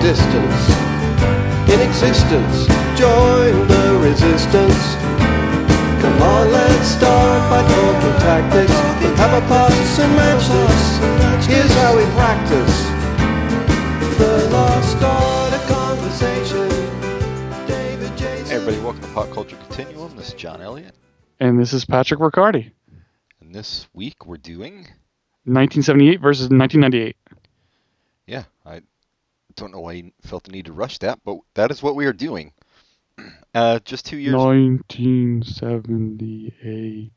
distance. In existence, join the resistance. Come on, let's start by talking tactics. We'll have a pass and match us. Here's how we practice. The lost art of conversation. David Jason. Hey everybody, welcome to Pop Culture Continuum. This is John Elliott, And this is Patrick Riccardi. and this week we're doing 1978 versus 1998. yeah, I don't know why you felt the need to rush that, but that is what we are doing. Uh, just two years. 1978.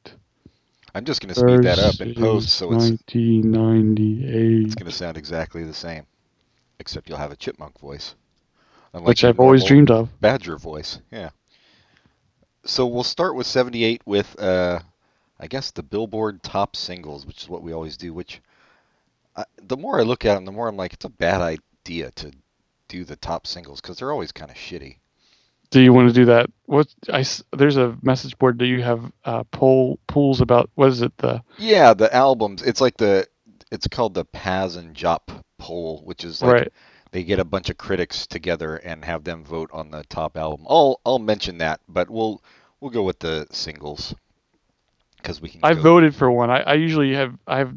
I'm just going to speed that up in post, so it's it's 1998. going to sound exactly the same, except you'll have a chipmunk voice, unlike Which your I've always normal dreamed of. badger voice. Yeah. So we'll start with 78 with uh, I guess the Billboard top singles, which is what we always do. Which I, the more I look at them, the more I'm like, it's a bad idea to do the top singles because they're always kind of shitty. Do you want to do that? What I s- there's a message board. Do you have uh, poll pools about what is it the Yeah, the albums. It's like the it's called the Paz and Jop poll, which is like right? they get a bunch of critics together and have them vote on the top album. I'll I'll mention that, but we'll we'll go with the singles because we can. I go- voted for one. I, I usually have I have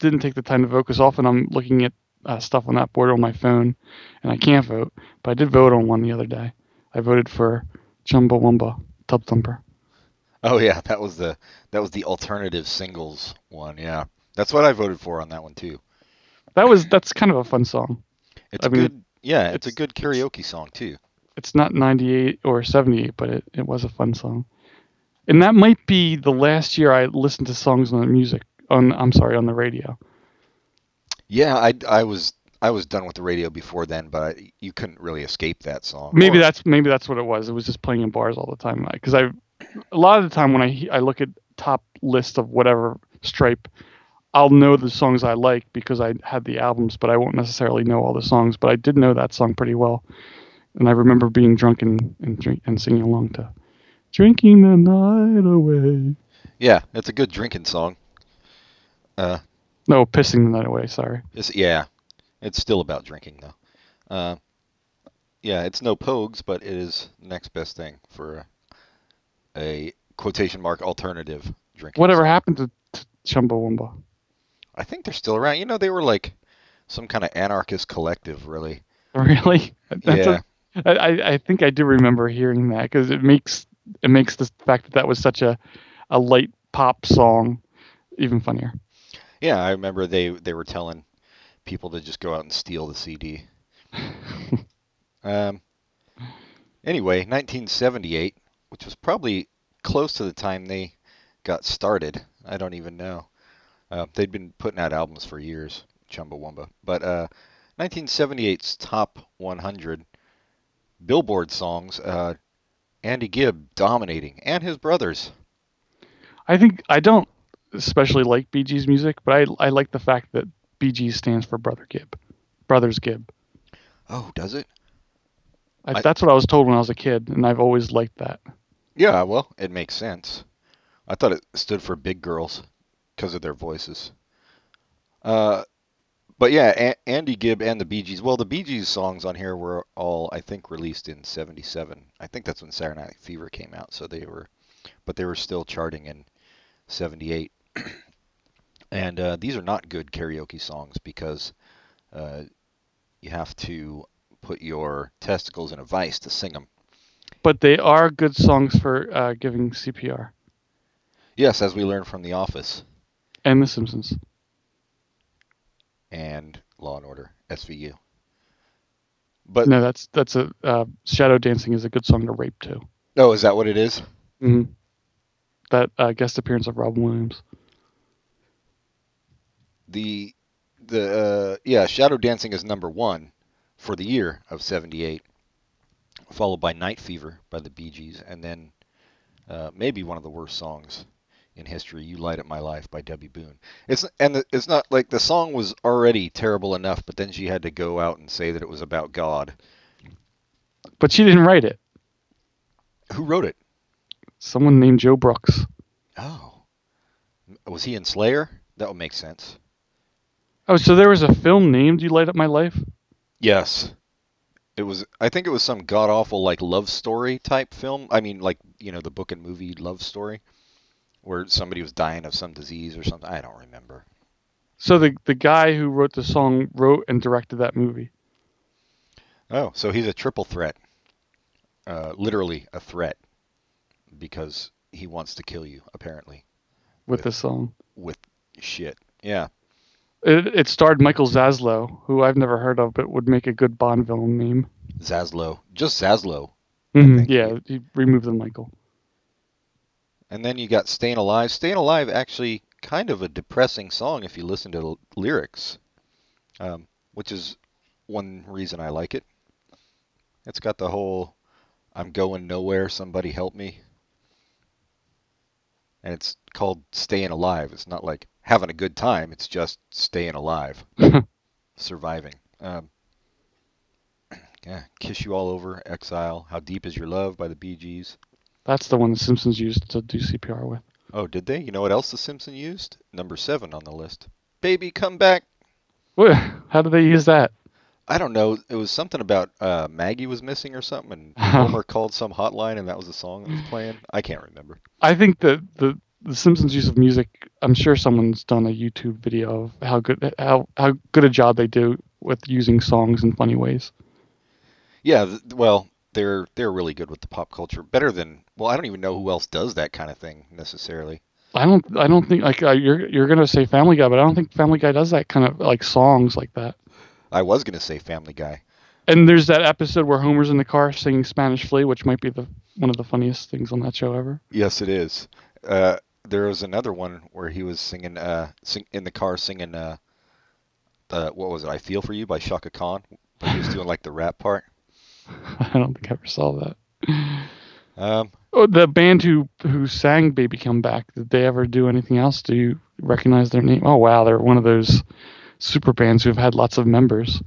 didn't take the time to vote because often I'm looking at uh, stuff on that board on my phone, and I can't vote. But I did vote on one the other day. I voted for Chumbawamba Tub Thumper. Oh yeah, that was the that was the alternative singles one. Yeah, that's what I voted for on that one too. That was that's kind of a fun song. It's I a mean, good yeah, it's, a it's- good karaoke song too. It's not 98 or 78, but it, it was a fun song. And that might be the last year I listened to songs on the music on I'm sorry, on the radio. Yeah, I I was I was done with the radio before then, but I, you couldn't really escape that song. Maybe Or- that's maybe that's what it was. It was just playing in bars all the time because I a lot of the time when I he- I look at top list of whatever stripe I'll know the songs I like because I had the albums, but I won't necessarily know all the songs. But I did know that song pretty well, and I remember being drunk and and, drink, and singing along to "Drinking the Night Away." yeah, it's a good drinking song. Uh, No, pissing the night away. Sorry. it's, yeah, it's still about drinking though. Uh, yeah, it's no pogues, but it is the next best thing for a, a quotation mark alternative drinking. Whatever song. happened to, to Chumbawamba? I think they're still around. You know, they were like some kind of anarchist collective, really. Really? That's yeah, a- I- I, I think I do remember hearing that because it makes it makes the fact that that was such a, a light pop song even funnier. yeah. I remember they they were telling people to just go out and steal the CD. um. Anyway, 1978, which was probably close to the time they got started. I don't even know. Uh, they'd been putting out albums for years, Chumbawamba. But uh, 1978's top 100 Billboard songs. Uh, Andy Gibb dominating, and his brothers. I think I don't especially like Bee Gees music, but I I like the fact that Bee Gees stands for Brother Gibb, Brothers Gibb. Oh, does it? I, I- that's what I was told when I was a kid, and I've always liked that. Yeah, well, it makes sense. I thought it stood for big girls because of their voices. Uh, but yeah, a- Andy Gibb and the Bee Gees. Well, the Bee Gees songs on here were all, I think, released in '77. I think that's when Saturday Night Fever came out, so they were, but they were still charting in '78. and uh, these are not good karaoke songs because uh, you have to put your testicles in a vice to sing them. But they are good songs for uh, giving CPR Yes, as we learned from The Office. and The Simpsons. and Law and Order SVU. But No, that's that's a uh, Shadow Dancing is a good song to rape to. oh, is that what it is? Mm-hmm. hmm That uh, guest appearance of Rob Williams. The the uh, yeah, Shadow Dancing is number one for the year of '78, followed by Night Fever by the Bee Gees, and then uh, maybe one of the worst songs in history, "You Light Up My Life" by Debbie Boone. It's and the, it's not like the song was already terrible enough, but then she had to go out and say that it was about God. But she didn't write it. Who wrote it? Someone named Joe Brooks. Oh, was he in Slayer? That would make sense. Oh, so there was a film named You Light Up My Life? Yes. It was I think it was some god awful like love story type film. I mean like, you know, the book and movie love story where somebody was dying of some disease or something. I don't remember. So the the guy who wrote the song wrote and directed that movie. Oh, so he's a triple threat. Uh, literally a threat because he wants to kill you apparently with, this song. with shit. Yeah. It, it starred Michael Zaslow, who I've never heard of, but would make a good Bond villain name. Zaslow. Just Zaslow. Mhm, think Yeah, he removed the Michael. And then you got Staying Alive. Staying Alive actually kind of a depressing song if you listen to the l- lyrics, um, which is one reason I like it. It's got the whole I'm going nowhere, somebody help me. And it's called Staying Alive. It's not like having a good time, it's just staying alive, surviving. Um, yeah, Kiss You All Over, Exile, How Deep Is Your Love by the Bee Gees. That's the one the Simpsons used to do CPR with. Oh, did they? You know what else The Simpson used? Number seven on the list. Baby, come back. Wha- How did they use that? I don't know. It was something about uh, Maggie was missing or something, and Homer called some hotline, and that was the song that was playing. I can't remember. I think the, the the Simpsons use of music. I'm sure someone's done a YouTube video of how good how how good a job they do with using songs in funny ways. Yeah, th- well, they're they're really good with the pop culture. Better than well, I don't even know who else does that kind of thing necessarily. I don't I don't think like uh, you're you're gonna say Family Guy, but I don't think Family Guy does that kind of like songs like that. I was gonna say Family Guy. And there's that episode where Homer's in the car singing Spanish Flea, which might be the one of the funniest things on that show ever. Yes, it is. Uh, there was another one where he was singing uh, sing, in the car singing uh, the what was it? I Feel for You by Shaka Khan. But he was doing like the rap part. I don't think I ever saw that. Um, Oh, the band who who sang "Baby Come Back" did they ever do anything else? Do you recognize their name? Oh wow, they're one of those super bands who've had lots of members,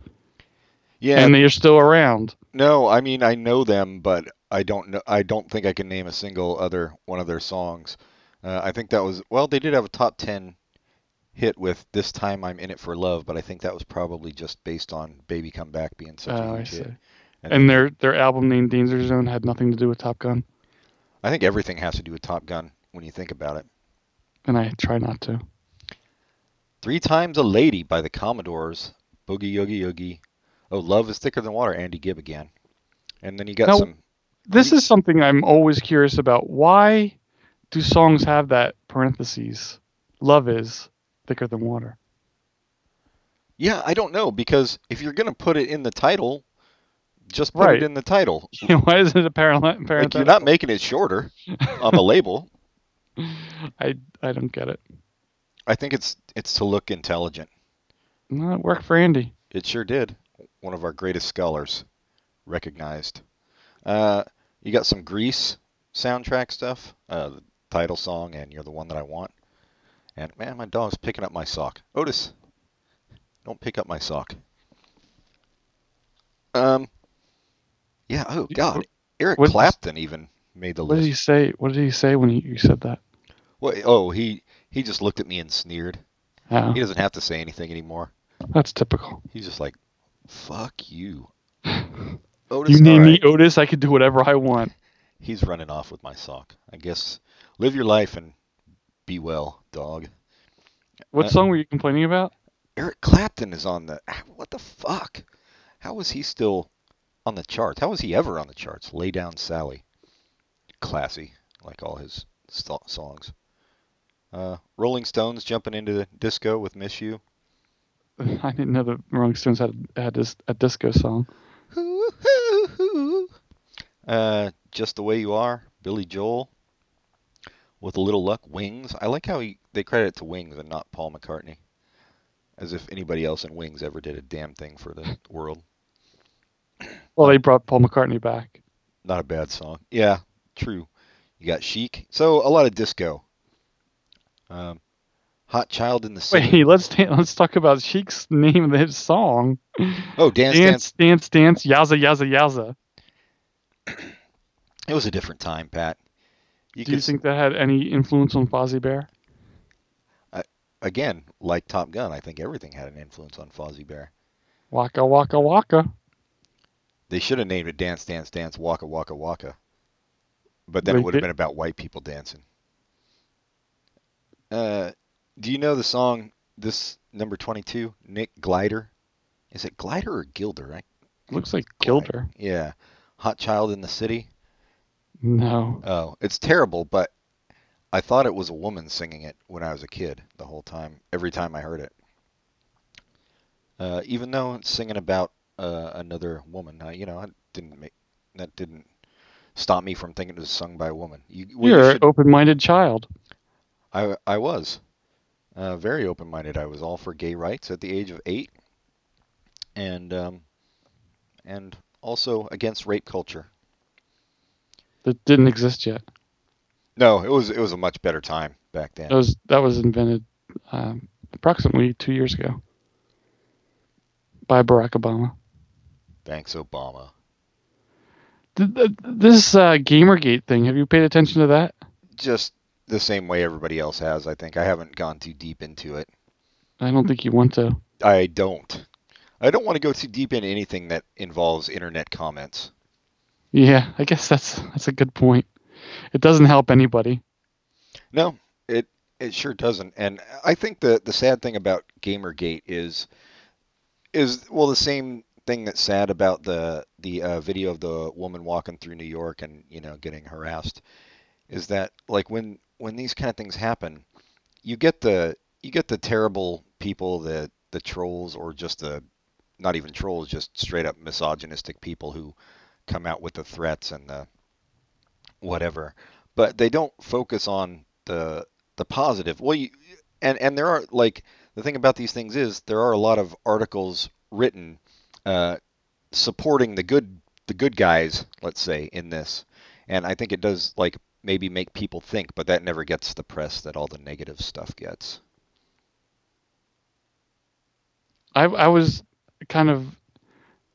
yeah, and they are still around. no, I mean I know them, but I don't know. I don't think I can name a single other one of their songs. Uh, I think that was well, they did have a top ten hit with "This Time I'm in It for Love," but I think that was probably just based on "Baby Come Back" being such Oh, a I huge see. hit. And And their their album named "Danger Zone" had nothing to do with Top Gun, I think everything has to do with Top Gun when you think about it. and I try not to. Three Times a Lady by the Commodores, Boogie Yoogie Yoogie. Oh, Love is Thicker Than Water, Andy Gibb again. And then you got Now- some. This is something I'm always curious about. Why do songs have that parentheses? Love is thicker than water. Yeah, I don't know because if you're gonna put it in the title, just put Right. it in the title. Why is it a parallel? Like you're not making it shorter on the label. I I don't get it. I think it's it's to look intelligent. No, it worked for Andy. It sure did. One of our greatest scholars recognized. Uh, you got some Grease soundtrack stuff, uh, the title song, and you're the one that I want. And man, my dog's picking up my sock. Otis, don't pick up my sock. Um, yeah. Oh God, Eric what is- Clapton even made the What did list. he say? What did he say when he, you said that? Well, oh, he he just looked at me and sneered. Oh, He doesn't have to say anything anymore. that's typical. He's just like, "Fuck you." Otis, You name all me right. Otis, I could do whatever I want. He's running off with my sock. I guess live your life and be well, dog. What Uh, song were you complaining about? Eric Clapton is on the ah, what the fuck? How was he still on the charts? How was he ever on the charts? Lay down Sally. Classy, like all his sto- songs. Uh, Rolling Stones jumping into the disco with Miss You. I didn't know the Rolling Stones had had this, a disco song. Hoo, hoo, hoo. Uh, just the way you are, Billy Joel. With a little luck, Wings. I like how he they credit it to Wings and not Paul McCartney, as if anybody else in Wings ever did a damn thing for the world. Well, they brought Paul McCartney back. Not a bad song. Yeah, true. You got Chic. So a lot of disco. Um, Hot Child in the City. Wait, let's ta- let's talk about Sheik's name of his song. Oh, dance, dance Dance, dance, dance, yaza, yaza, yaza. It was a different time, Pat. You Do you could s- think that had any influence on Fozzie Bear? again, like Top Gun, I think everything had an influence on Fozzie Bear. Waka, waka, waka. They should have named it Dance, Dance, Dance, Waka, Waka, Waka. But then They it would have did- been about white people dancing. Uh, do you know the song, this number 22, Nick Glider? Is it Glider or Gilder? I, Looks like Glider. Gilder. yeah. Hot Child in the City? No. Oh, it's terrible, but I thought it was a woman singing it when I was a kid the whole time, every time I heard it. Uh, even though it's singing about uh, another woman, I, you know, I didn't make that didn't stop me from thinking it was sung by a woman. You, well, you You're an should- open-minded child. I I was uh, very open-minded. I was all for gay rights at the age of eight, and um, and also against rape culture. That didn't exist yet. No, it was it was a much better time back then. That was that was invented um, approximately two years ago by Barack Obama. Thanks, Obama. Th- th- This uh, GamerGate thing. Have you paid attention to that? just the same way everybody else has, I think. I haven't gone too deep into it. I don't think you want to. I don't. I don't want to go too deep into anything that involves internet comments. Yeah, I guess that's that's a good point. It doesn't help anybody. No, it it sure doesn't. And I think the the sad thing about Gamergate is is well the same thing that's sad about the the uh, video of the woman walking through New York and you know getting harassed is that like when when these kind of things happen, you get the you get the terrible people the the trolls or just the not even trolls just straight up misogynistic people who come out with the threats and the whatever but they don't focus on the the positive. Well, you, and and there are like the thing about these things is there are a lot of articles written uh, supporting the good the good guys, let's say, in this, and I think it does like maybe make people think, but that never gets the press that all the negative stuff gets. I I was kind of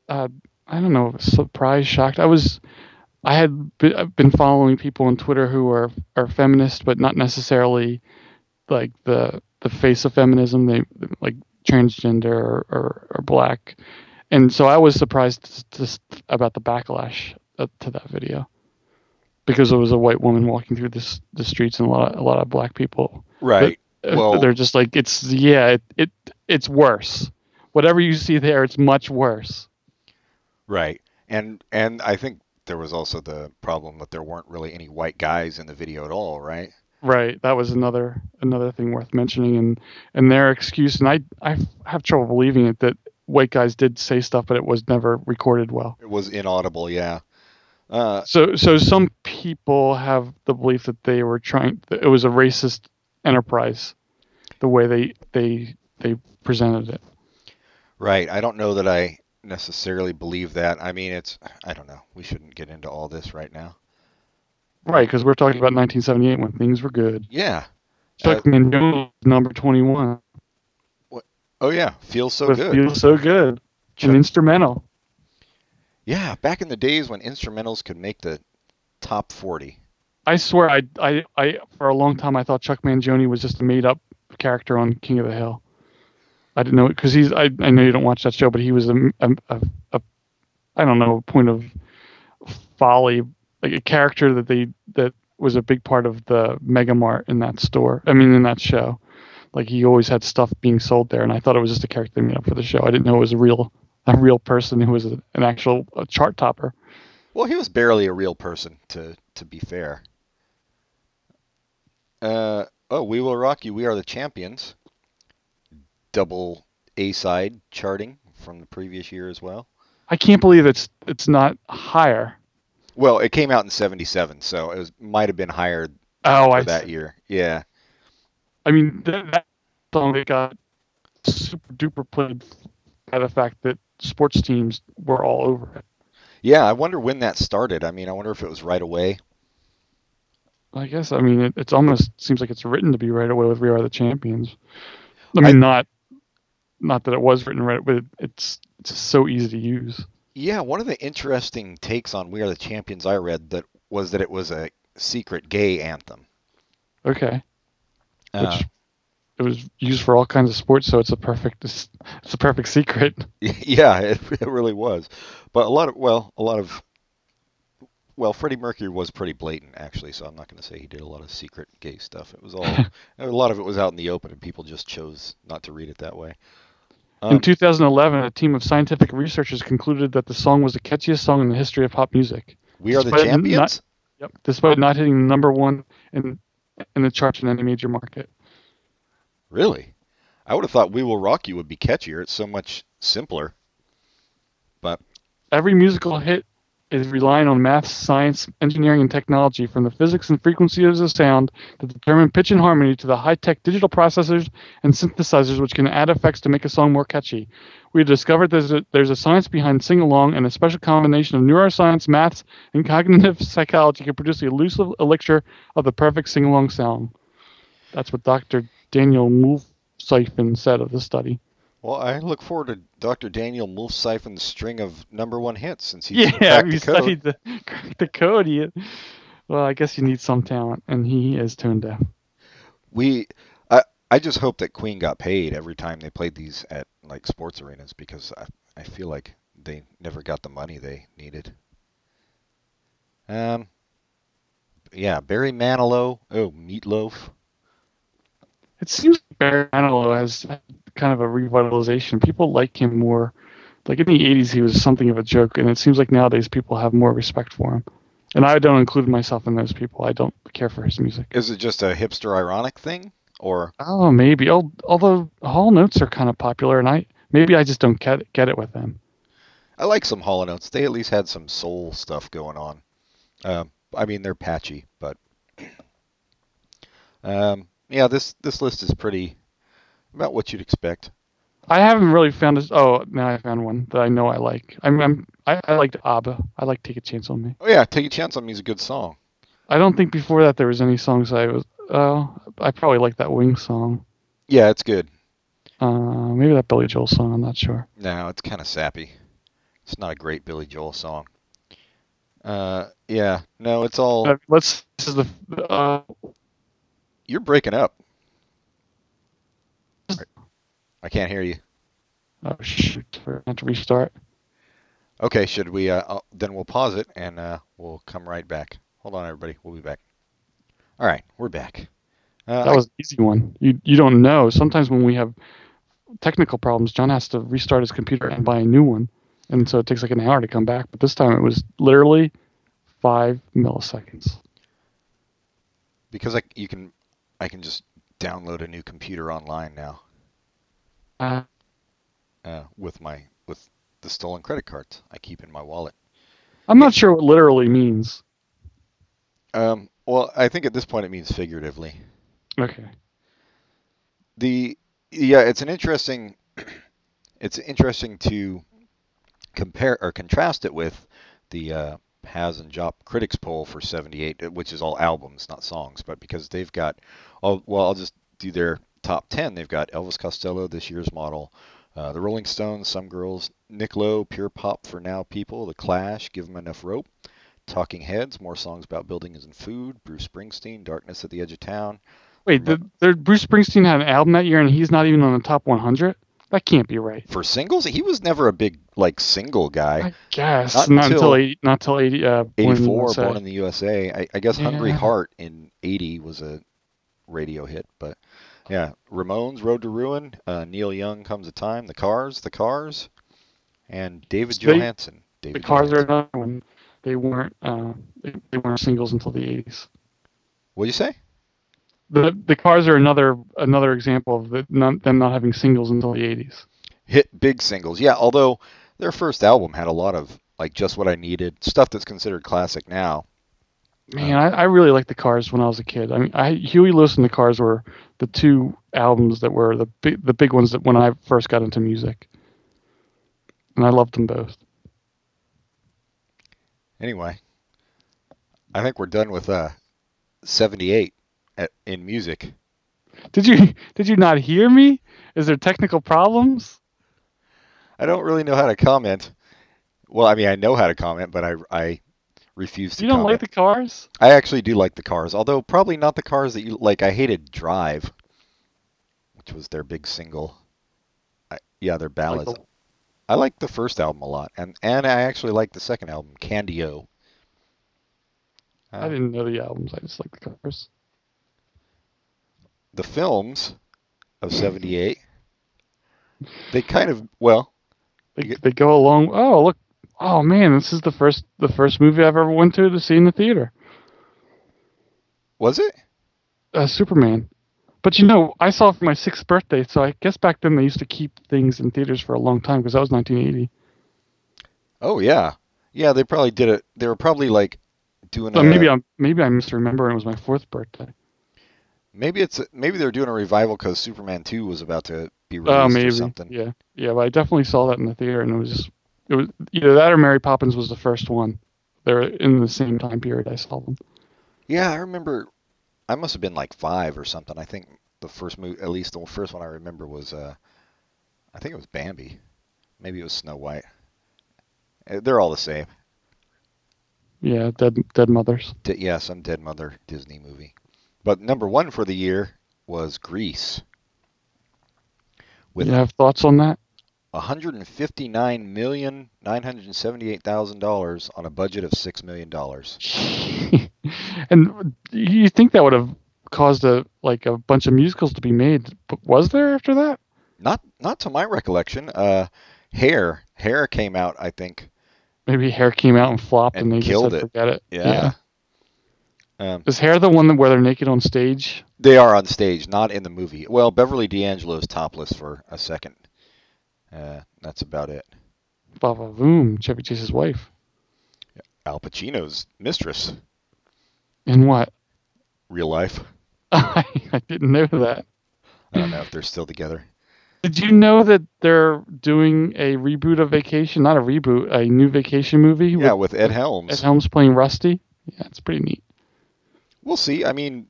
uh, I don't know surprised shocked. I was I had be- I've been following people on Twitter who are are feminist, but not necessarily like the the face of feminism. They like transgender or, or, or black, and so I was surprised just about the backlash uh, to that video because it was a white woman walking through this the streets and a lot a lot of black people Right. uh, Well- they're just like it's yeah it, it it's worse whatever you see there it's much worse Right. And and I think there was also the problem that there weren't really any white guys in the video at all, right? right that was another another thing worth mentioning and and their excuse and i i have trouble believing it that white guys did say stuff but it was never recorded well It was inaudible, yeah. Uh, so so some people have the belief that they were trying that it was a racist enterprise the way they they they presented it Right. I don't know that I necessarily believe that. I mean, it's, I don't know. We shouldn't get into all this right now. right because we're talking about 1978 when things were good Yeah. chuck Mendonca, number 21 Oh, yeah. Feels so with good. Feel So Good. Chuck- An instrumental. yeah. Back in the days when instrumentals could make the top 40. I swear, I, I, I, for a long time, I thought Chuck Mangione was just a made-up character on King of the Hill. I didn't know because he's. I, I know you don't watch that show, but he was a, a, a, a I don't know, point of folly, like a character that they that was a big part of the Mega Mart in that store. I mean, in that show, like he always had stuff being sold there, and I thought it was just a character they made up for the show. I didn't know it was a real, a real person who was a, an actual a chart topper. Well, he was barely a real person, to, to be fair. Uh, oh, We Will Rock You. We Are the Champions. Double A side charting from the previous year as well. I can't believe it's it's not higher. Well, it came out in 77, so it was might have been higher Oh, I. for that year. Yeah. I mean, that, that song that got super duper played by the fact that sports teams were all over it. Yeah, I wonder when that started. I mean, I wonder if it was right away. I guess. I mean, it, it's almost seems like it's written to be right away with "We Are the Champions." I mean, not not that it was written right, but it, it's it's so easy to use. Yeah, one of the interesting takes on "We Are the Champions" I read that was that it was a secret gay anthem. Okay, Uh, which it was used for all kinds of sports, so it's a perfect it's, it's a perfect secret. yeah, it, it really was. But a lot of well, a lot of well, Freddie Mercury was pretty blatant actually, so I'm not going to say he did a lot of secret gay stuff. It was all a lot of it was out in the open, and people just chose not to read it that way. Um, in 2011, a team of scientific researchers concluded that the song was the catchiest song in the history of pop music. We are the Despite not- champions. Yep. Despite not hitting number one in in the charts in any major market. Really? I would have thought "We Will Rock You" would be catchier. It's so much simpler. But Every musical hit is relying on math, science, engineering, and technology, from the physics and frequency of the sound that determine pitch and harmony to the high tech digital processors and synthesizers which can add effects to make a song more catchy. We discovered there's a, there's a science behind sing along, and a special combination of neuroscience, maths, and cognitive psychology can produce the elusive elixir of the perfect sing along sound. That's what Dr. Daniel Mulsifen said of the study. well, I look forward to Dr. Daniel Mulsiphon's string of number one hits since he Yeah, cracked we the code. studied the, cracked the code. He, well, I guess you need some talent, and he is tone deaf. We, I, I just hope that Queen got paid every time they played these at like sports arenas because I, I feel like they never got the money they needed. Um, yeah, Barry Manilow. Oh, Meatloaf. It seems like Barry Manilow has had kind of a revitalization. People like him more. Like in the '80s, he was something of a joke, and it seems like nowadays people have more respect for him. And I don't include myself in those people. I don't care for his music. Is it just a hipster ironic thing, or Oh, maybe. Al- Although Hall notes are kind of popular, and I maybe I just don't get get it with them. I like some Hollow Notes. They at least had some soul stuff going on. Um, I mean, they're patchy, but um, yeah, this this list is pretty about what you'd expect. I haven't really found this. Oh, now I found one that I know I like. I'm, I'm I, I liked ABBA. I like Take a Chance on Me. Oh yeah, "Take a Chance on Me" is a good song. I don't think before that there was any songs I was. Oh, I probably like that Wing song. Yeah, it's good. Uh, maybe that Billy Joel song. I'm not sure. No, it's kind of sappy. It's not a great Billy Joel song. Uh, yeah, no, it's all Uh, let's. This is the. Uh, you're breaking up. I can't hear you. oh shoot! I have to restart. Okay, should we? Uh, I'll- then we'll pause it and uh, we'll come right back. Hold on, everybody. We'll be back. All right, we're back. Uh, That was an easy one. You you don't know. Sometimes when we have technical problems, John has to restart his computer and buy a new one, and so it takes like an hour to come back. But this time it was literally five milliseconds. because I you can, I can just download a new computer online now Uh, uh, with my with the stolen credit cards I keep in my wallet. I'm not sure what literally means. Um, well, I think at this point it means figuratively. Okay. the yeah it's an interesting it's interesting to compare or contrast it with the uh, Has and Jop critics poll for 78 which is all albums not songs but because they've got oh well I'll just do their top 10 they've got Elvis Costello this year's model uh, the Rolling Stones some girls Nick Lowe pure pop for now people the Clash give 'em enough rope Talking Heads more songs about buildings and food Bruce Springsteen Darkness at the Edge of Town Wait, the, the Bruce Springsteen had an album that year, and he's not even on the top 100. That can't be right. for singles he was never a big like single guy I guess Not not, until- until eight, not until 80. Uh, when, 84 so- born in the usa i, I guess hungry Yeah. heart in 80 was a radio hit but yeah ramones road to ruin uh, neil young comes a time the cars the cars and david They- johansen the david Cars are Johansen. another one. They weren't. Uh, they, they weren't singles until the 80s. what do you say The the Cars are another another example of the, not, them not having singles until the 80s. hit big singles yeah although their first album had a lot of like just what i needed stuff that's considered classic now Man, I, I really liked the Cars when I was a kid. I mean, I, Huey Lewis and the Cars were the two albums that were the big, the big ones that when I first got into music, and I loved them both. Anyway, I think we're done with uh, 78 at, in music. Did you did you not hear me? Is there technical problems? I don't really know how to comment. Well, I mean, I know how to comment, but I, I refuse to You don't comment. like the cars? I actually do like the cars, although probably not the cars that you like. I hated Drive. which was their big single. I, yeah, their ballads. I like the first album a lot, and and I actually like the second album, Candy O. Uh, I didn't know the albums. I just like the covers. the films of '78. They kind of well, They, You get- they go along. Oh look! Oh man, this is the first the first movie I've ever went to to see in the theater. was it? Uh, Superman. But you know, I saw it for my sixth birthday, so I guess back then they used to keep things in theaters for a long time because that was 1980. Oh yeah, yeah. They probably did it. They were probably like doing. So a, maybe I'm maybe I misremember and it was my fourth birthday. maybe it's maybe they're doing a revival because Superman 2 was about to be released Oh, or maybe. something. Yeah, yeah. But I definitely saw that in the theater, and it was just it was either that or Mary Poppins was the first one. They were in the same time period I saw them. Yeah, I remember. I must have been like five or something. I think the first movie, at least the first one I remember was, uh, I think it was Bambi. Maybe it was Snow White. Uh, They're all the same. Yeah, dead dead mothers. D- yeah, some dead mother Disney movie. But number one for the year was Grease with you have thoughts on that? $159,978,000 on a budget of $6 million. and you think that would have caused a like a bunch of musicals to be made, but was there after that? Not not to my recollection. Uh, Hair Hair came out, I think. Maybe Hair came out and flopped, and, And they killed just said, it. forget it. Yeah. Um, Is Hair the one that where they're naked on stage? they are on stage, not in the movie. Well, Beverly D'Angelo is topless for a second. Uh, that's about it. Baba Voom, Chevy Chase's wife. Al Pacino's mistress, In what? real life. I didn't know that. I don't know if they're still together. Did you know that they're doing a reboot of Vacation? Not a reboot, a new Vacation movie Yeah, with with Ed Ed Helms. Helms playing Rusty. Yeah, it's pretty neat. We'll see. I mean,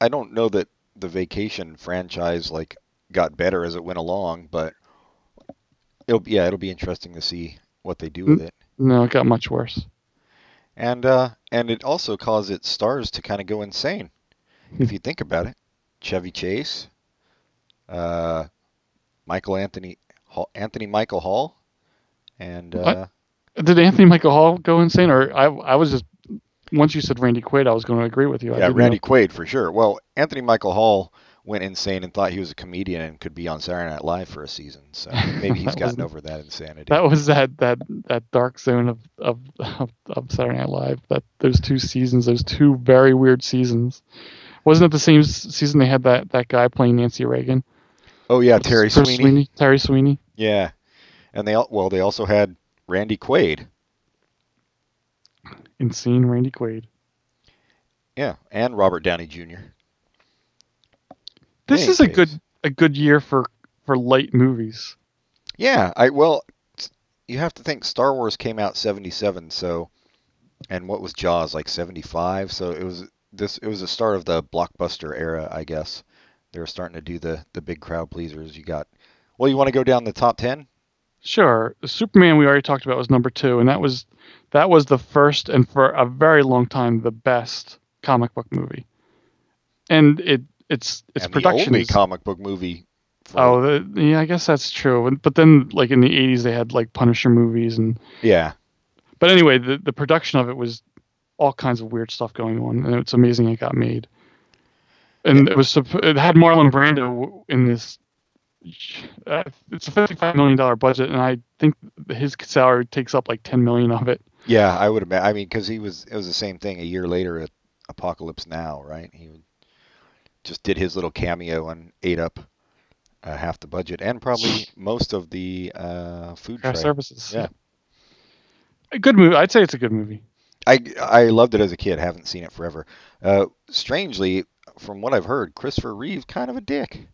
I don't know that the Vacation franchise like got better as it went along, but it'll yeah, it'll be interesting to see what they do with it. No, it got much worse. and uh, and it also caused its stars to kind of go insane. if you think about it, Chevy Chase, uh, Michael Anthony Hall, Anthony Michael Hall, and What? uh, Did Anthony Michael Hall go insane, or I, I was just once you said Randy Quaid, I was going to agree with you. I yeah, didn't Randy know. Quaid for sure. Well, Anthony Michael Hall went insane and thought he was a comedian and could be on Saturday Night Live for a season. So maybe he's That gotten wasn't- over that insanity. That was that that that dark zone of of, of of Saturday Night Live. That those two seasons, those two very weird seasons. Wasn't it the same s- season they had that that guy playing Nancy Reagan? oh yeah, Terry Chris Sweeney. Terry Sweeney. Yeah, and they al- well they also had Randy Quaid. Insane Randy Quaid. Yeah, and Robert Downey Jr. This any is a case. good a good year for for light movies. Yeah, I well, s- you have to think Star Wars came out 77, so and what was Jaws like 75, so it was this it was the start of the blockbuster era, I guess. They were starting to do the the big crowd pleasers. You got Well, you want to go down the top 10? Sure, Superman we already talked about was number two, and that was that was the first and for a very long time the best comic book movie, and it it's it's and the production. only is- comic book movie for, oh the, yeah, I guess that's true. And- But then like in the '80s they had like Punisher movies and yeah. but anyway the the production of it was all kinds of weird stuff going on, and it's amazing it got made. And it was supp- it had Marlon Brando w- in this. Uh, it's a fifty-five million dollar budget, and I think his salary takes up like ten million of it. Yeah, I would imagine. I mean, because he was, it was the same thing a year later at Apocalypse Now, right? He would- just did his little cameo and ate up uh, half the budget and probably most of the uh, food Craft tray. services. Yeah. A good movie. I'd say it's a good movie. I I loved it as a kid. Haven't seen it forever. Uh, strangely, from what I've heard, Christopher Reeve kind of a dick.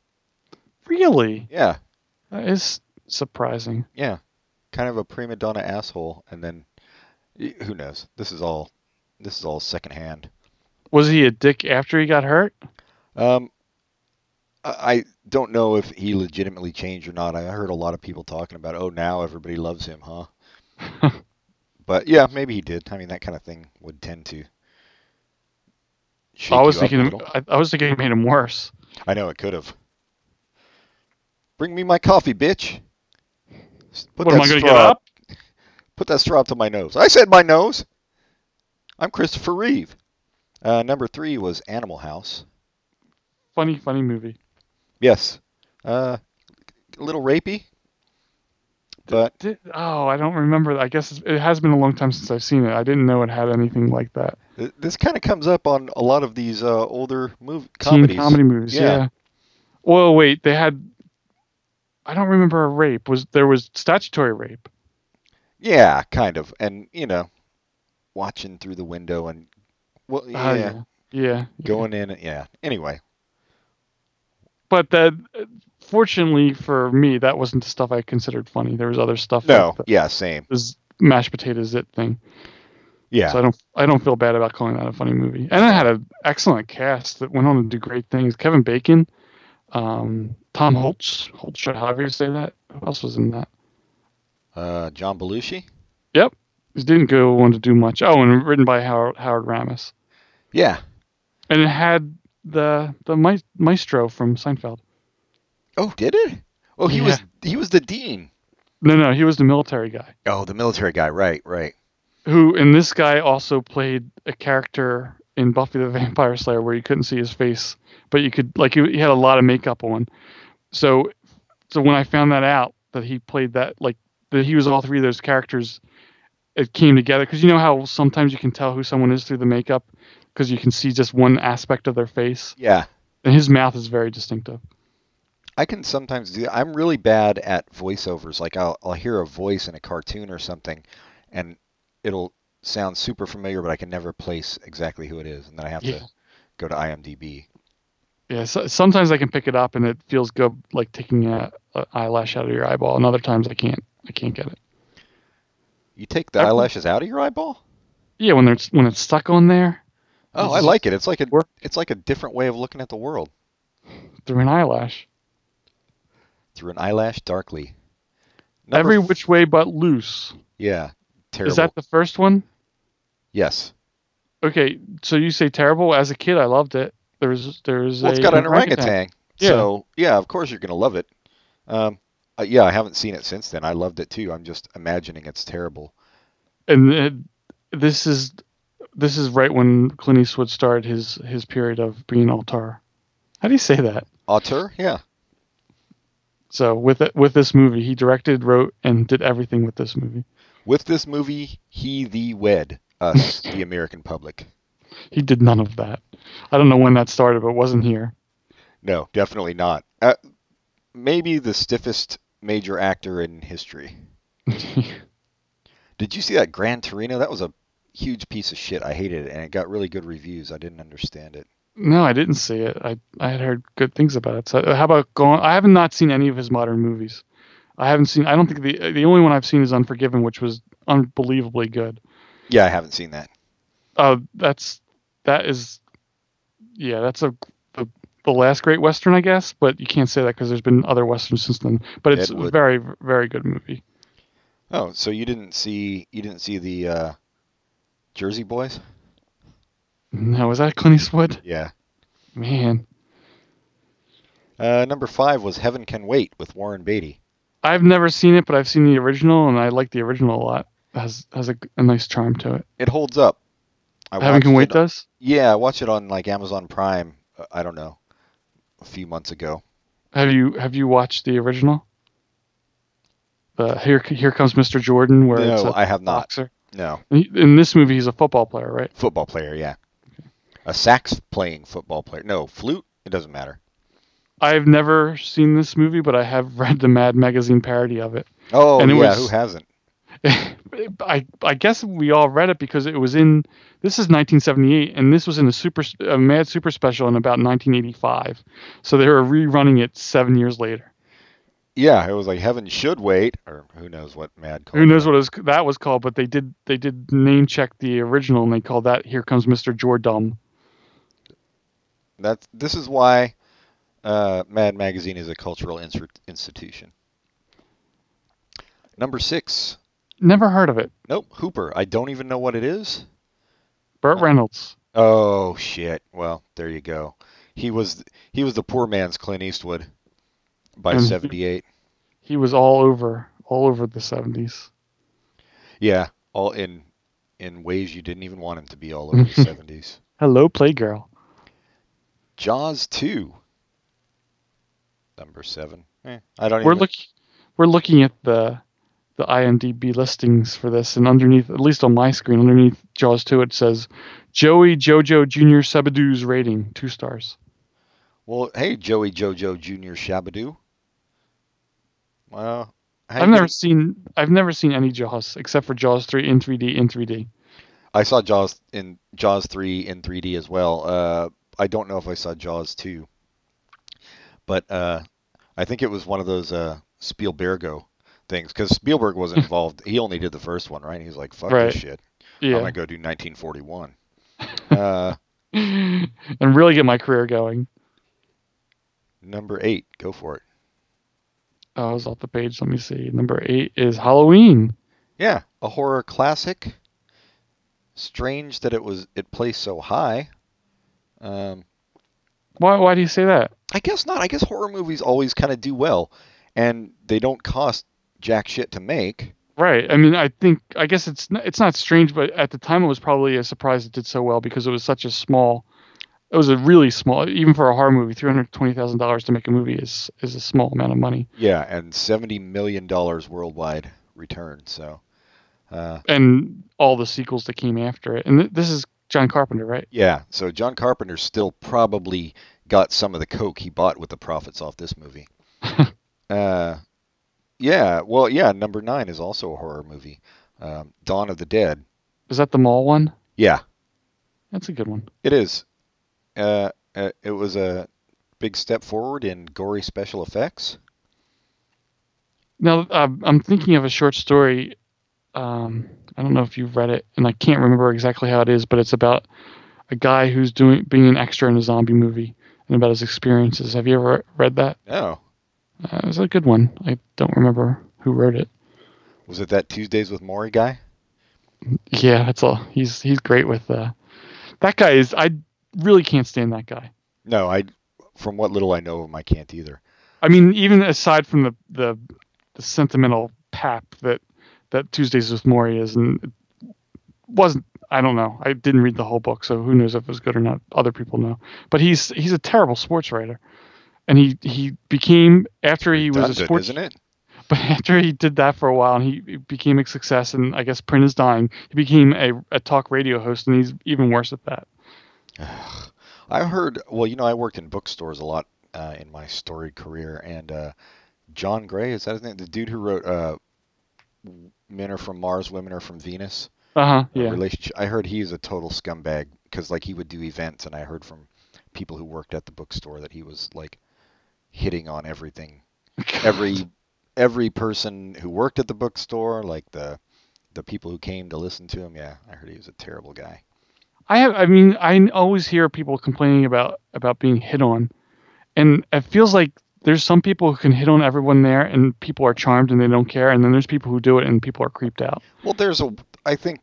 Really? Yeah, That is surprising. yeah, kind of a prima donna asshole. And then, y- who knows? This is all, this is all secondhand. Was he a dick after he got hurt? Um, I I don't know if he legitimately changed or not. I heard a lot of people talking about, oh, now everybody loves him, huh? but yeah, maybe he did. I mean, that kind of thing would tend to shake I was you up a thinking. little. I, I was thinking it made him worse. I know it could have. Bring me my coffee, bitch. S- Put what am I going to get up? Put that straw up to my nose. I said my nose. I'm Christopher Reeve. Uh, number three was Animal House. Funny, funny movie. Yes. Uh, a little rapey, but Did, oh, I don't remember. I guess it's, it has been a long time since I've seen it. I didn't know it had anything like that. th- this kind of comes up on a lot of these uh, older movie Teen comedies. comedy movies. Yeah. Yeah. Well, wait. They had. I don't remember a rape. Was there was statutory rape? Yeah, kind of. And you know, watching through the window and well, yeah, Ah, yeah. Yeah. going in. Yeah. Anyway, But that, fortunately for me, that wasn't the stuff I considered funny. There was other stuff. no. Like the, Yeah, same. this mashed potato zit thing. Yeah. So I don't. I don't feel bad about calling that a funny movie. And it had an excellent cast that went on to do great things. Kevin Bacon, um, Tom Holtz, Holtz, however you say that. Who else was in that? Uh, John Belushi. It didn't go on to do much. Oh, and written by Howard, Howard Ramis, Yeah. and it had the the ma- maestro from Seinfeld. Oh, did it? Oh, he was he was the dean. No, no, he was the military guy Oh, the military guy. Right. Right. who, and this guy also played a character in Buffy the Vampire Slayer where you couldn't see his face, but you could like he, he had a lot of makeup on. So, so when I found that out that he played that like that he was all three of those characters, it came together because you know how sometimes you can tell who someone is through the makeup because you can see just one aspect of their face. Yeah. And his mouth is very distinctive. I can sometimes do. I'm really bad at voiceovers. Like I'll I'll hear a voice in a cartoon or something, and it'll sound super familiar, but I can never place exactly who it is, and then I have Yeah. to go to IMDb. Yeah, so, sometimes I can pick it up and it feels good, like taking a, a eyelash out of your eyeball. And other times I can't, I can't get it. You take the I've- eyelashes out of your eyeball? Yeah, when it's when it's stuck on there Oh, It's I just- like it. It's like a work- it's like a different way of looking at the world through an eyelash, through an eyelash darkly. every f- which way but loose. yeah, terrible. Is that the first one? yes. Okay, so you say terrible. As a kid, I loved it. There's there's Well, it's a got an orangutan, Yeah. so yeah, of course you're gonna love it. Um, uh, yeah, I haven't seen it since then. I loved it too. I'm just imagining it's terrible. and it, this is this is right when Clint Eastwood started his his period of being altar. How do you say that? Auteur, yeah. So with it, with this movie, he directed, wrote, and did everything with this movie. With this movie, he the wed us, the American public. He did none of that. I don't know when that started, but it wasn't here. No, definitely not. Uh, maybe the stiffest major actor in history. Did you see that Gran Torino? That was a huge piece of shit. I hated it, and it got really good reviews. I didn't understand it. no, I didn't see it. I I had heard good things about it. So uh, how about Gone? I have not seen any of his modern movies. I haven't seen. I don't think the the only one I've seen is Unforgiven, which was unbelievably good. Yeah, I haven't seen that. Uh, that's that is, yeah, that's a the, the last great western, I guess. But you can't say that because there's been other westerns since then. But it's a Deadwood. very very good movie. Oh, so you didn't see you didn't see the uh, Jersey Boys? No, is that Clint Eastwood? Yeah. Man, Uh, number five was Heaven Can Wait with Warren Beatty. I've never seen it, but I've seen the original, and I like the original a lot. It has has a, a nice charm to it. It holds up. I Heaven Can watched it- Wait uh, does. Yeah, I watched it on like Amazon Prime. uh, I don't know, a few months ago. Have you have you watched the original? The here here comes Mr. Jordan, where it's No, a I have not. boxer. No, He- In this movie, he's a football player, right? football player. Yeah, a sax playing football player. No, flute. It doesn't matter. I've never seen this movie, but I have read the Mad Magazine parody of it. Oh And it yeah, was- who hasn't? I I guess we all read it because it was in this is 1978 and this was in a super a Mad Super special in about 1985, so they were rerunning it seven years later. Yeah, it was like heaven should wait, or who knows what Mad. Who knows what it was, that was called? But they did they did name check the original and they called that "Here Comes Mr. Jordan." That's this is why uh, Mad Magazine is a cultural instru- institution. Number six. Never heard of it. Nope, Hooper. I don't even know what it is. Burt Reynolds. Oh shit. Well, there you go. He was he was the poor man's Clint Eastwood. by Mhm. '78. He was all over, all over the '70s. Yeah, all in in ways you didn't even want him to be all over the '70s. Hello, Playgirl. Jaws two, number seven. Eh, I don't. We're even, look, we're looking at the the IMDb listings for this, and underneath, at least on my screen, underneath Jaws 2, it says Joey JoJo Jr. Sebadoo's rating two stars. Well, hey, Joey JoJo Jr. Shabadoo. Well, how I've you- never seen I've never seen any Jaws except for Jaws 3 in 3D in 3D. I saw Jaws in Jaws three in 3D as well. Uh, I don't know if I saw Jaws two, but uh, I think it was one of those uh, Spielbergo things because Spielberg wasn't involved. he only did the first one, right? He's like, "Fuck Right. this shit. I'm Yeah, gonna go do 1941." uh, and really get my career going. number eight, go for it. Oh, I was off the page. Let me see. Number eight is Halloween. Yeah, a horror classic. Strange that it was it placed so high. Um, Why? Why do you say that? I guess not. I guess horror movies always kind of do well, and they don't cost jack shit to make. Right. I mean, I think I guess it's n- it's not strange, but at the time it was probably a surprise it did so well because it was such a small. It was a really small, even for a horror movie. Three hundred twenty thousand dollars to make a movie is is a small amount of money, Yeah, and seventy million dollars worldwide return. So, uh, and all the sequels that came after it. And th- this is John Carpenter, right? yeah. So John Carpenter still probably got some of the coke he bought with the profits off this movie. uh, yeah. Well, yeah. Number nine is also a horror movie. Um, Dawn of the Dead. Is that the mall one? Yeah, That's a good one. it is. Uh, uh, it was a big step forward in gory special effects. Now uh, I'm thinking of a short story. Um, I don't know if you've read it, and I can't remember exactly how it is, but it's about a guy who's doing being an extra in a zombie movie and about his experiences. Have you ever read that? Oh, Uh, it was a good one. I don't remember who wrote it. was it that Tuesdays with Maury guy? Yeah, that's all. He's he's great with uh, that guy. Is I really can't stand that guy. No, I. From what little I know of him, I can't either. I mean, even aside from the the, the sentimental pap that that Tuesdays with Maury is, and it wasn't. I don't know. I didn't read the whole book, so who knows if it was good or not. Other people know, but he's he's a terrible sports writer, and he he became after he was a Dundon, sports isn't it? But after he did that for a while and he became a success, and I guess print is dying, he became a, a talk radio host, and he's even worse at that. I heard. Well, you know, I worked in bookstores a lot uh, in my storied career, and uh, John Gray is that his name? The dude who wrote uh, "Men Are From Mars, Women Are From Venus." Uh huh. a Yeah. Relationship. I heard he's a total scumbag because, like, he would do events, and I heard from people who worked at the bookstore that he was like hitting on everything, every every person who worked at the bookstore, like the the people who came to listen to him. Yeah, I heard he was a terrible guy. I have. I mean, I always hear people complaining about about being hit on, and it feels like there's some people who can hit on everyone there, and people are charmed and they don't care, and then there's people who do it and people are creeped out. Well, there's a. I think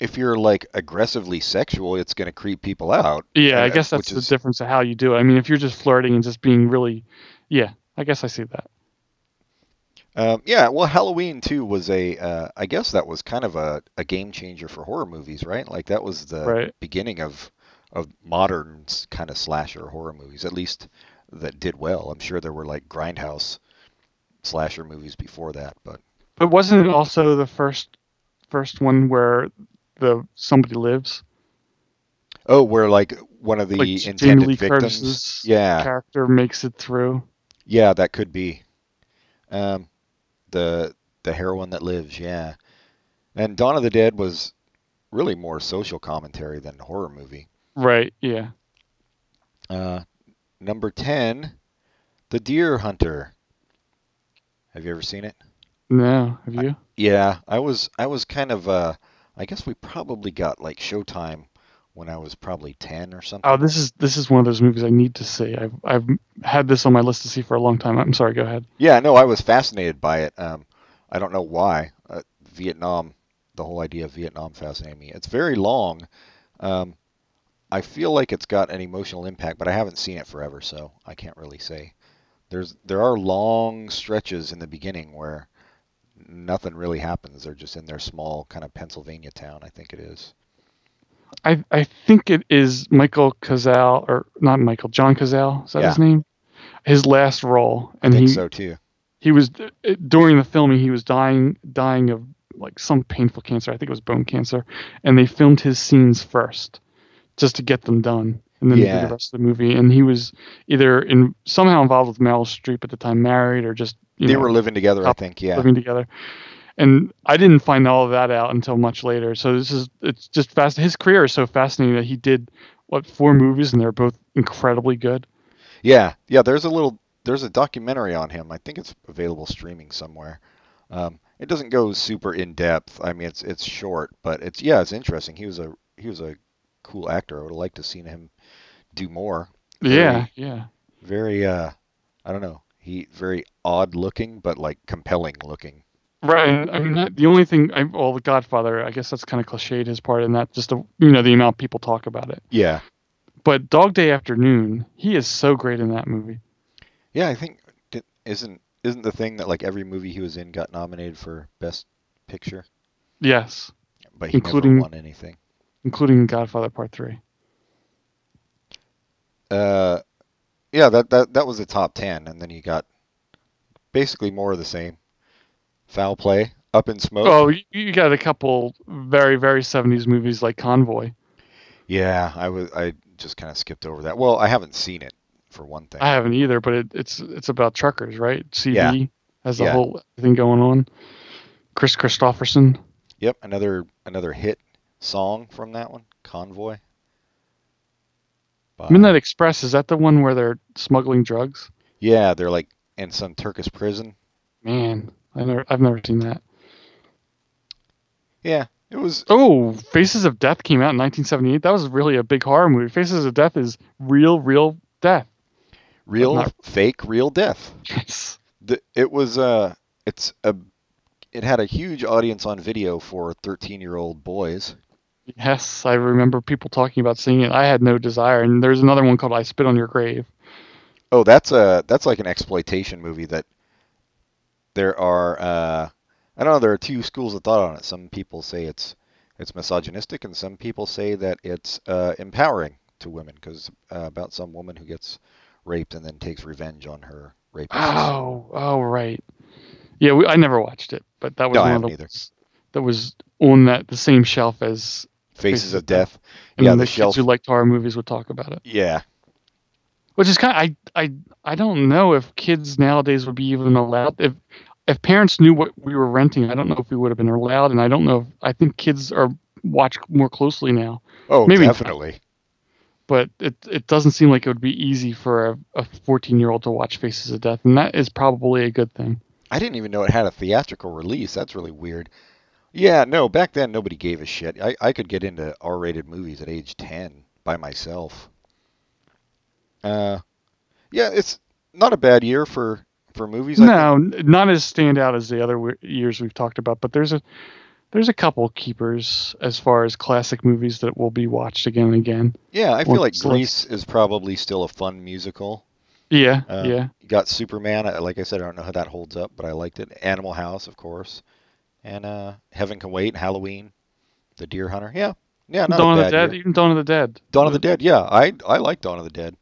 if you're like aggressively sexual, it's going to creep people out. Yeah, I Uh, guess that's which the is- difference of how you do it. I mean, if you're just flirting and just being really, yeah, I guess I see that. Um, yeah, well, Halloween too was a. Uh, I guess that was kind of a, a game changer for horror movies, right? Like that was the Right. beginning of of modern s- kind of slasher horror movies, at least that did well. I'm sure there were like grindhouse slasher movies before that, but But wasn't it also the first first one where the somebody lives oh, where like one of the Like Jamie intended Lee victims. Curtis's yeah, character makes it through? Yeah, that could be. Um, the the heroine that lives, yeah. And Dawn of the Dead was really more social commentary than horror movie. Right. Yeah. Uh, number ten, The Deer Hunter. Have you ever seen it? No, have you? Yeah, I was I was kind of uh, I guess we probably got like Showtime when I was probably ten or something. Oh, this is this is one of those movies I need to see. I've I've had this on my list to see for a long time. I'm sorry. Go ahead. Yeah, no, I was fascinated by it. Um, I don't know why. Uh, Vietnam, the whole idea of Vietnam fascinated me. It's very long. Um, I feel like it's got an emotional impact, but I haven't seen it forever, so I can't really say There's there are long stretches in the beginning where nothing really happens. They're just in their small kind of Pennsylvania town, I think it is. I, I think it is Michael Cazal or not Michael John Cazal is that Yeah. his name? His last role, I and think he so too. he was uh, during the filming he was dying dying of like some painful cancer. I think it was bone cancer, and they filmed his scenes first just to get them done, and then do Yeah. the rest of the movie. And he was either in somehow involved with Meryl Streep at the time, married or just you They know, were living together, I couple think. Yeah. living together. And I didn't find all of that out until much later. So this is it's just fast. His career is so fascinating that he did what four movies, and they're both incredibly good. Yeah, yeah. There's a little. There's a documentary on him. I think it's available streaming somewhere. Um, it doesn't go super in depth. I mean, it's it's short, but it's yeah, it's interesting. He was a he was a cool actor. I would have liked to have seen him do more. Very- Yeah, yeah, Very uh, I don't know. He very odd looking, but like compelling looking. right. and I mean, that- the only thing, I, well, The Godfather. I guess that's kind of cliched his part in that. Just the you know the amount people talk about it. Yeah, But Dog Day Afternoon, he is so great in that movie. yeah. I think di- isn't isn't the thing that like every movie he was in got nominated for best picture, Yes, but he Including- never won anything. including Godfather Part Three. uh, yeah, that, that that was the top ten, and then you got basically more of the same. Foul play, up in smoke. Oh, you, you got a couple very very '70s movies like Convoy. Yeah, I was I just kind of skipped over that. Well, I haven't seen it for one thing. I haven't either, but it, it's it's about truckers, right? CD Yeah. has the Yeah. whole thing going on. Chris Christopherson. Yep, another another hit song from that one, Convoy. By- Midnight Express is that the one where they're smuggling drugs? Yeah, they're like in some Turkish prison. Man, I never I've never seen that. Yeah, it was. Oh, Faces of Death came out in 1978. That was really a big horror movie. Faces of Death is real, real death. Real not- fake, real death. Yes. The, it was uh it's a it had a huge audience on video for 13-year-old boys. Yes, I remember people talking about seeing it. I had no desire. And there's another one called I Spit on Your Grave. Oh, that's a that's like an exploitation movie that there are uh I don't know, there are two schools of thought on it. Some people say it's it's misogynistic and some people say that it's uh empowering to women because uh, about some woman who gets raped and then takes revenge on her rapist. Oh, oh right. Yeah, we, I never watched it, but that was No, I one of the haven't either. ones that was on that the same shelf as Faces Faces of of Death. Death. and Yeah, then the the, shelf- kids who liked horror movies would talk about it. Yeah. Which is kind of I I I don't know if kids nowadays would be even allowed if if parents knew what we were renting, I don't know if we would have been allowed and I don't know if I think kids are watch more closely now. Oh, Maybe not. definitely. But it it doesn't seem like it would be easy for a fourteen year old to watch Faces of Death, and that is probably a good thing. I didn't even know it had a theatrical release. That's really weird. Yeah, no, back then nobody gave a shit. I, I could get into R rated movies at age 10 by myself. Uh, yeah, it's not a bad year for, for movies. I think. No, n- not as standout as the other w- years we've talked about, but there's a there's a couple keepers as far as classic movies that will be watched again and again. Yeah, I Or feel like just like- Grease is probably still a fun musical. Yeah, Uh, yeah. You got Superman. I- Like I said, I don't know how that holds up, but I liked it. Animal House, of course. And uh, Heaven Can Wait, Halloween, The Deer Hunter. Yeah. Yeah, not Dawn a of bad the Dead, year. even Dawn of the Dead. Dawn of the Dead. Yeah, I I like Dawn of the Dead.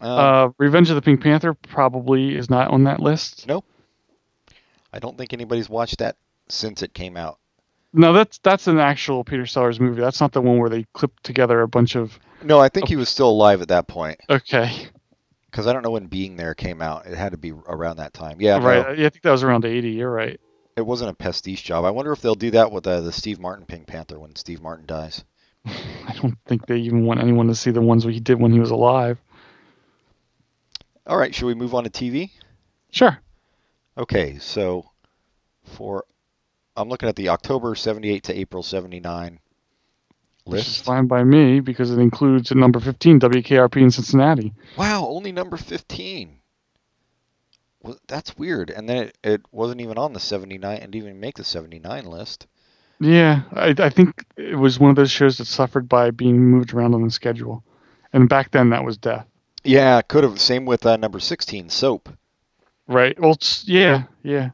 Uh, Uh, Revenge of the Pink Panther probably is not on that list. I don't think anybody's watched that since it came out. No, that's that's an actual Peter Sellers movie. That's not the one where they clipped together a bunch of. No, I think he was still alive at that point Okay, because I don't know when Being There came out. It had to be around that time. Yeah, no, right. Yeah, I think that was around eighty. You're right. it wasn't a pastiche job. I wonder if they'll do that with uh, the Steve Martin Pink Panther when Steve Martin dies. I don't think they even want anyone to see the ones he did when he was alive. All right, should we move on to TV? Sure. Okay, so for I'm looking at the October 78 to April 79 Which is list. fine by me because it includes at number 15 WKRP in Cincinnati. Wow, only number 15. Well, that's weird. And then it, it wasn't even on the 79, it didn't even make the 79 list. Yeah, I, I think it was one of those shows that suffered by being moved around on the schedule, and back then that was death. Yeah, could have. Same with uh, number 16, Soap. right? Well, it's, yeah, yeah.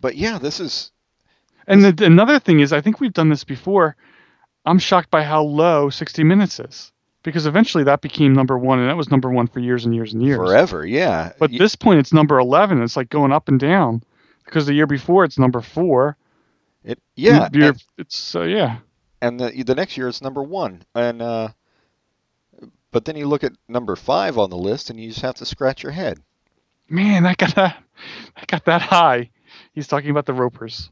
But yeah, this is. And the, another thing is, I think we've done this before. I'm shocked by how low 60 Minutes is because eventually that became number one, and that was number one for years and years and years. Forever, yeah. But Y- at this point, it's number 11. It's like going up and down because the year before it's number four. it, yeah, The year- it's uh, yeah, and, and the the next year it's number one, and uh, but then you look at number five on the list, and you just have to scratch your head. man, that got that, that got that high. He's talking about the Ropers.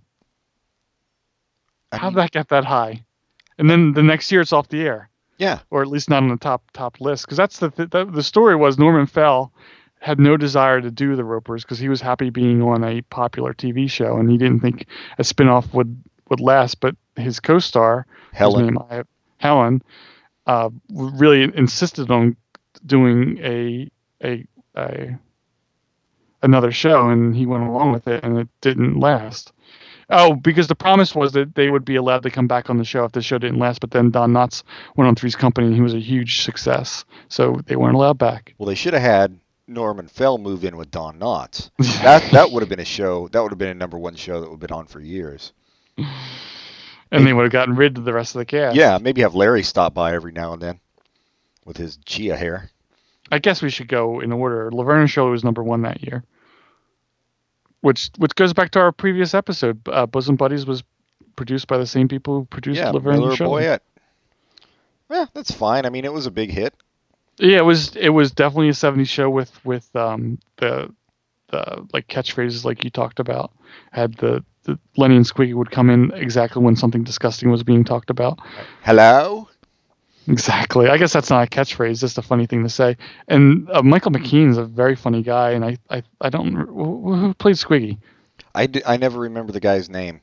I How'd mean, that get that high? And then the next year it's off the air. Yeah. Or at least not on the top top list because that's the, th- the the story was Norman Fell had no desire to do the Ropers because he was happy being on a popular TV show and he didn't think a spinoff would would last. But his co-star Helen, his name, I, Helen, uh, w- really insisted on doing a a a another show, and he went along with it, and it didn't last. Oh, because the promise was that they would be allowed to come back on the show if the show didn't last. But then Don Knotts went on Three's Company, and he was a huge success, so they weren't allowed back. Well, they should have had Norman Fell move in with Don Knotts. That that would have been a show. That would have been a number one show that would have been on for years. and they would have gotten rid of the rest of the cast. Yeah, maybe have Larry stop by every now and then with his chia hair. I guess we should go in order. Laverne and Shirley was number one that year, which which goes back to our previous episode. Uh, Bosom Buddies was produced by the same people who produced yeah, Laverne Miller and Shirley. Boyette. Yeah, that's fine. I mean, it was a big hit. Yeah, it was it was definitely a '70s show with with um, the the like catchphrases like you talked about. Had the, the Lenny and Squeaky would come in exactly when something disgusting was being talked about. Hello. Exactly. I guess that's not a catchphrase. Just a funny thing to say. And uh, Michael McKean's a very funny guy, and I I, I don't re- who who played Squeaky. I, d- I never remember the guy's name.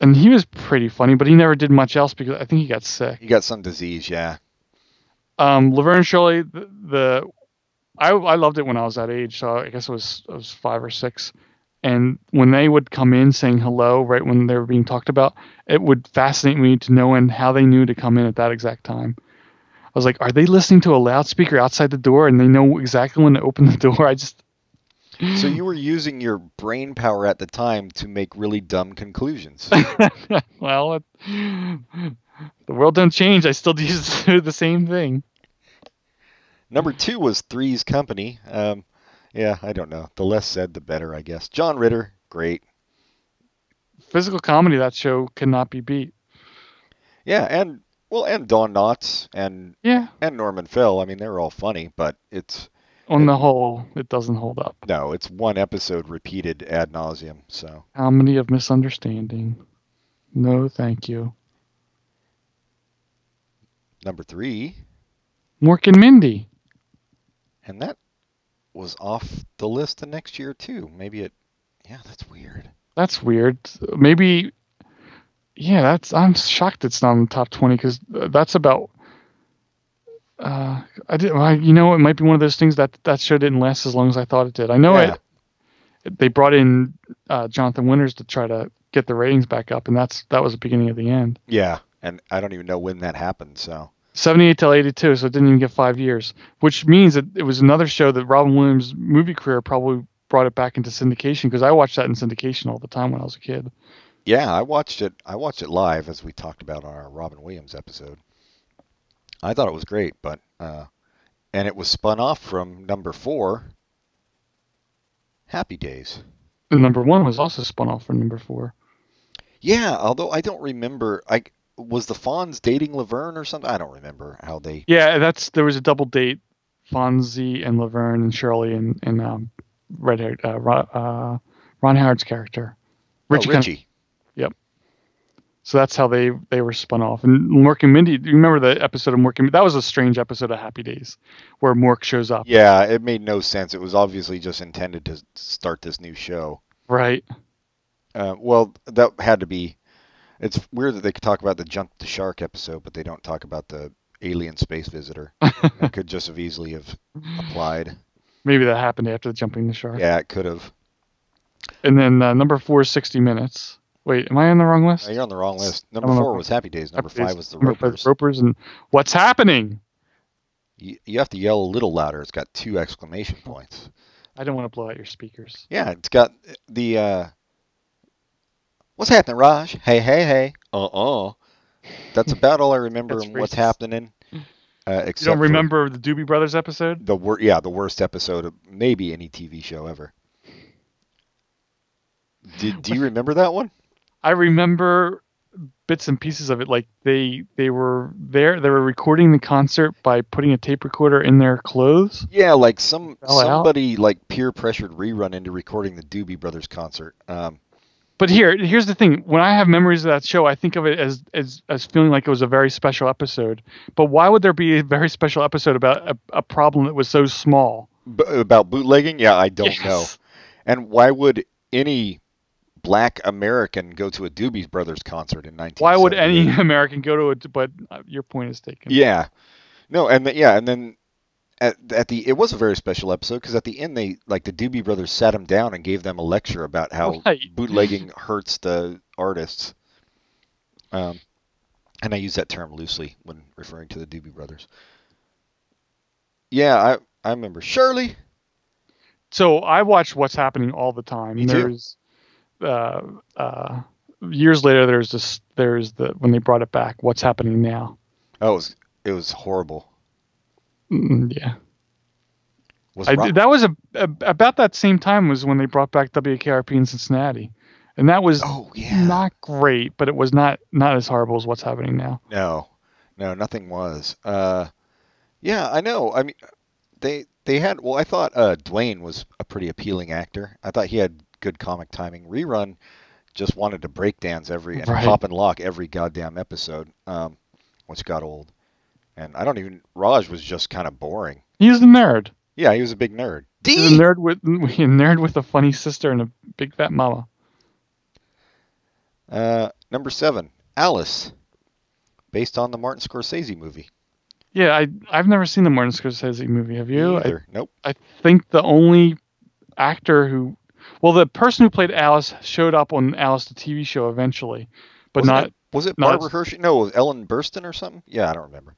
and he was pretty funny, but he never did much else because I think he got sick. He got some disease. Yeah. Um, Laverne and Shirley, the, the I, I loved it when I was that age, so I guess it was I was five or six, and when they would come in saying hello right when they were being talked about, it would fascinate me to know and how they knew to come in at that exact time. I was like, are they listening to a loudspeaker outside the door and they know exactly when to open the door? I just So you were using your brain power at the time to make really dumb conclusions. well, it, the world don't change. I still do the same thing. Number two was Three's Company. Um, yeah, I don't know. The less said, the better, I guess. John Ritter, great. physical comedy that show cannot be beat. Yeah, and well, and Don Knotts and Yeah. and Norman Fell. I mean, they were all funny, but it's On the whole, it doesn't hold up. no, it's one episode repeated ad nauseum. So Comedy of misunderstanding. No, thank you. number three, Mork and Mindy. and that was off the list the next year too. Maybe it. Yeah, that's weird. That's weird. Maybe. Yeah, that's. I'm shocked it's not in the top twenty because that's about. Uh, I did. I, you know, it might be one of those things that that show didn't last as long as I thought it did. I know Yeah. it. They brought in uh, Jonathan Winters to try to get the ratings back up, and that's that was the beginning of the end. Yeah, and I don't even know when that happened. So 78 till 82 so it didn't even get five years which means that it was another show that robin williams movie career probably brought it back into syndication because i watched that in syndication all the time when i was a kid yeah, I watched it. I watched it live as we talked about on our Robin Williams episode. I thought it was great, but uh, and it was spun off from number four. Happy Days. the number one was also spun off from number four Yeah, although I don't remember. I was the Fonz dating Laverne or something. I don't remember how they. yeah that's there was a double date fonzie and laverne and shirley and, and um, red haired uh, ron, uh, ron howard's character Oh, richie, Con- Richie. so that's how they they were spun off and mork and mindy do you remember the episode of mork and mindy that was a strange episode of happy days where mork shows up Yeah, it made no sense. It was obviously just intended to start this new show. right Uh, well, that had to be. It's weird that they could talk about the jump the shark episode, but they don't talk about the alien space visitor. it could just have easily have applied. Maybe that happened after the jumping the shark. Yeah, it could have. And then uh, number four is 60 Minutes. Wait, am I on the wrong list? Now, you're on the wrong list. Number don't know. four was Happy Days. Number Happy Days, five was the number five, Ropers. Ropers and What's Happening? You, you have to yell a little louder. It's got two exclamation points. I don't want to blow out your speakers. Yeah, it's got the uh, what's happening, Raj? Hey, hey, hey. Uh uh That's about all I remember That's and what's racist. happening. Uh, except You don't for remember the Doobie Brothers episode? the wor- yeah the worst episode of maybe any TV show ever. Did do you remember that one? I remember bits and pieces of it. Like they they were there. They were recording the concert by putting a tape recorder in their clothes. Yeah, like some Fell out? somebody like peer pressured rerun into recording the Doobie Brothers concert. Um, But here, here's the thing. When I have memories of that show, I think of it as as, as feeling like it was a very special episode. But why would there be a very special episode about a, a problem that was so small? b- about bootlegging? Yeah, I don't know. And why would any black American go to a Doobie Brothers concert in 1970? Why would any American go to it? But uh, your point is taken. Yeah. No, and the, yeah, and then at, at the it was a very special episode because at the end they like the Doobie Brothers sat him down and gave them a lecture about how Right. bootlegging hurts the artists. Um, and I use that term loosely when referring to the Doobie Brothers. Yeah, I I remember Shirley. so I watch What's Happening all the time. Me too. there's uh, uh, years later there's this there's the when they brought it back, What's Happening Now. Oh, it was it was horrible. Mm, yeah. Was I, Ro- that was a, a, about that same time was when they brought back WKRP in Cincinnati. And that was Oh yeah. not great, but it was not not as horrible as what's happening now. No, no, nothing was. Uh, yeah, I know. I mean, they they had. Well, I thought uh, Dwayne was a pretty appealing actor. I thought he had good comic timing. Rerun just wanted to break dance every and Right. pop and lock every goddamn episode, um, which got old. And I don't even. Raj was just kind of boring. He's a nerd. Yeah, he was a big nerd. He's D. a nerd with a nerd with a funny sister and a big fat mama. Uh, number seven, Alice, based on the Martin Scorsese movie. Yeah, I I've never seen the Martin Scorsese movie. Have you? Me I, either. nope. I think the only actor who, well, the person who played Alice showed up on Alice the TV show eventually, but Wasn't not, it- was it not- Barbara Hershey? No, it was Ellen Burstyn or something? Yeah, I don't remember.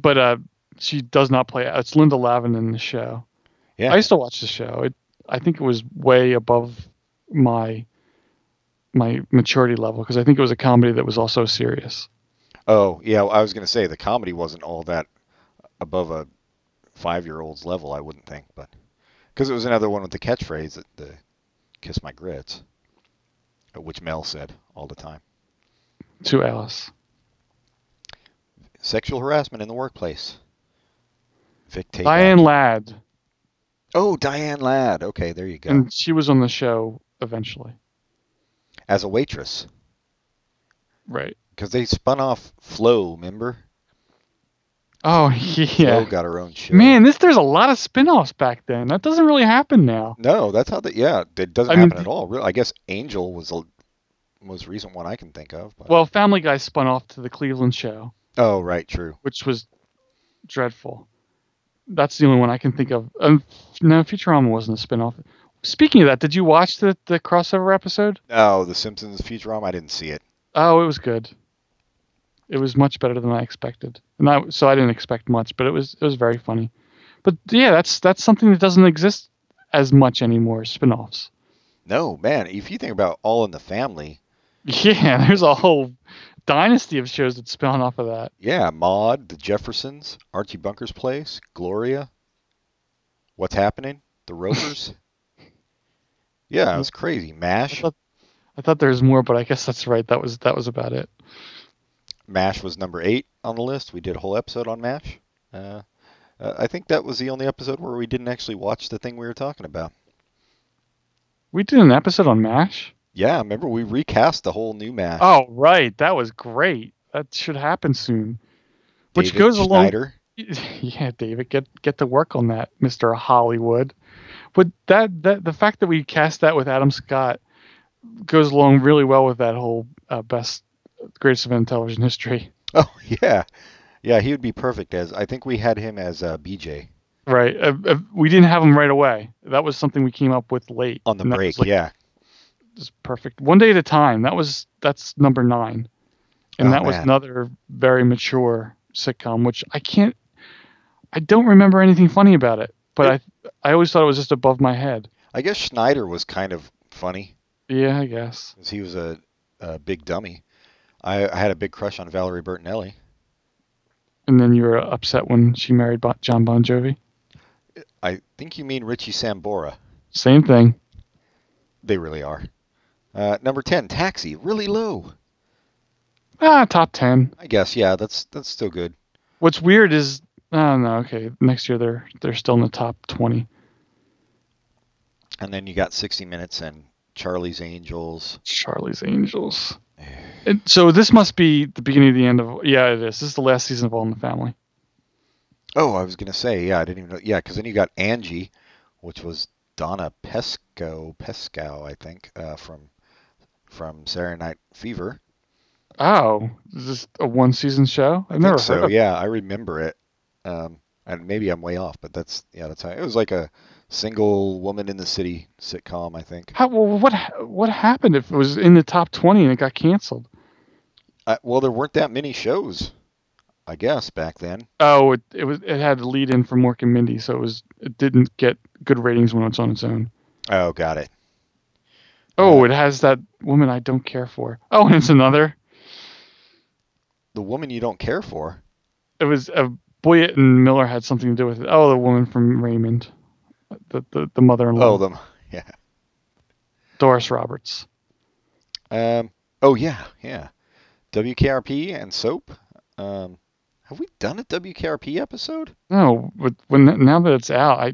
but uh, she does not play. It's Linda Lavin in the show. Yeah. I used to watch the show. It, I think it was way above my my maturity level because I think it was a comedy that was also serious. Oh, yeah, I was going to say the comedy wasn't all that above a five-year-old's level, I wouldn't think, but because it was another one with the catchphrase that the "kiss my grits," uh, which Mel said all the time. To Alice, Sexual harassment in the workplace. Vic Tayback. Diane Ladd, Oh, Diane Ladd. Okay, there you go. and she was on the show eventually. As a waitress, Right. because they spun off Flo. Remember? Oh Flo yeah. got her own show. Man, this there's a lot of spin-offs back then. That doesn't really happen now. No, that's how. The, yeah, it doesn't I mean, happen the- at all. Really, I guess Angel was the most recent one I can think of. But... Well, Family Guy spun off to the Cleveland show, Oh, right, true. which was dreadful. That's the only one I can think of. Um, no, Futurama wasn't a spin-off. Speaking of that, did you watch the, the crossover episode? No, Oh, The Simpsons Futurama, I didn't see it. Oh, it was good. It was much better than I expected, and I so I didn't expect much, but it was it was very funny. But yeah, that's that's something that doesn't exist as much anymore. Spin-offs. No, man, if you think about All in the Family, Yeah, there's a whole dynasty of shows that spawn off of that. yeah, Maude, The Jeffersons, Archie Bunker's Place, Gloria, What's Happening, The Rovers. yeah, it Mm. was crazy. MASH. thought- I thought there was more, but I guess that's right. That was that was about it. MASH was number eight on the list. We did a whole episode on MASH. Uh, uh, I think that was the only episode where we didn't actually watch the thing we were talking about. We did an episode on MASH. Yeah, remember we recast the whole new MASH. Oh, right. That was great. That should happen soon. Which David goes along. Schneider. Yeah, David, get get to work on that, Mister Hollywood. But that that the fact that we cast that with Adam Scott goes along really well with that whole uh, best greatest event in television history. Oh yeah, yeah, he would be perfect as. I think we had him as uh, BJ Right. Uh, uh, we didn't have him right away. That was something we came up with late on the and that break. was, like, yeah, just perfect. One day at a time. That was that's number nine, and Oh, that was man. another very mature sitcom, which I can't. I don't remember anything funny about it, but I I always thought it was just above my head. I guess Schneider was kind of funny Yeah, I guess. because he was a, a big dummy. I, I had a big crush on Valerie Bertinelli. And then you were upset when she married Bo- John Bon Jovi. I think you mean Richie Sambora. Same thing. They really are. Uh, number ten, Taxi, really low. Ah, top ten. I guess yeah, that's that's still good. What's weird is oh no, okay. Next year they're they're still in the top twenty. And then you got 60 Minutes and Charlie's Angels. Charlie's Angels. And so this must be the beginning of the end of yeah, it is. This is the last season of All in the Family. Oh, I was gonna say yeah, I didn't even know yeah, because then you got Angie, which was Donna Pesco Pescow I think uh, from from Saturday Night Fever. Oh, is this a one season show? I've I never think so. heard of Yeah, I remember it. Um, and maybe I'm way off, but that's yeah, that's how it was like a single woman in the city sitcom, I think. How, well, what what happened if it was in the top twenty and it got canceled? I, Uh, well, there weren't that many shows, I guess back then. Oh, it, it was it had a lead in from Mork and Mindy, so it was it didn't get good ratings when it's on its own. Oh, got it. Oh, it has that woman I don't care for. Oh, and it's another. The woman you don't care for. It was uh, Boyett and Miller had something to do with it. Oh, the woman from Raymond, the the, the mother-in-law, Oh, them. Yeah. Doris Roberts. Um, oh yeah, yeah. WKRP and soap. Um, have we done a WKRP episode? No, but when now that it's out, I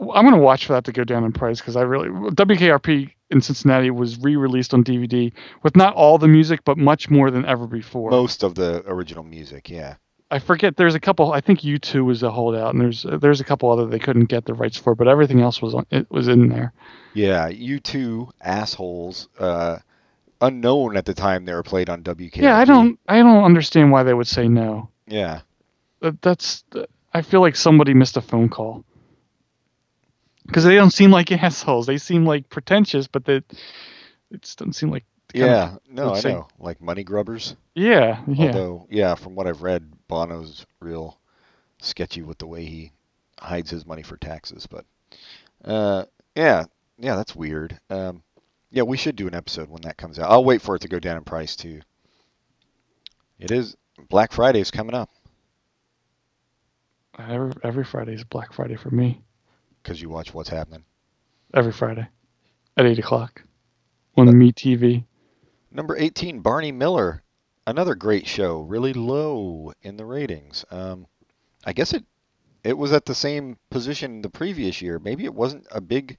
I'm gonna watch for that to go down in price because I really WKRP in Cincinnati was re-released on DVD with not all the music, but much more than ever before. Most of the original music, yeah. I forget. There's a couple. I think U two was a holdout, and there's there's a couple other they couldn't get the rights for, but everything else was on, it was in there. Yeah, you two assholes, uh, unknown at the time they were played on WKRP. Yeah, I don't I don't understand why they would say no. Yeah, That, that's I feel like somebody missed a phone call because they don't seem like assholes. They seem like pretentious, but they it just doesn't seem like the kind of- yeah. No, I let's say- know. Like money grubbers. yeah yeah. Although, yeah, from what I've read, Bono's real sketchy with the way he hides his money for taxes. But uh, yeah, yeah, that's weird. Um, yeah, we should do an episode when that comes out. I'll wait for it to go down in price too. It is Black Friday is coming up Every, every Friday is Black Friday for me. because you watch what's happening. Every Friday at eight o'clock on Me TV. Number 18, Barney Miller. Another great show, really low in the ratings. Um, I guess it it was at the same position the previous year. Maybe it wasn't a big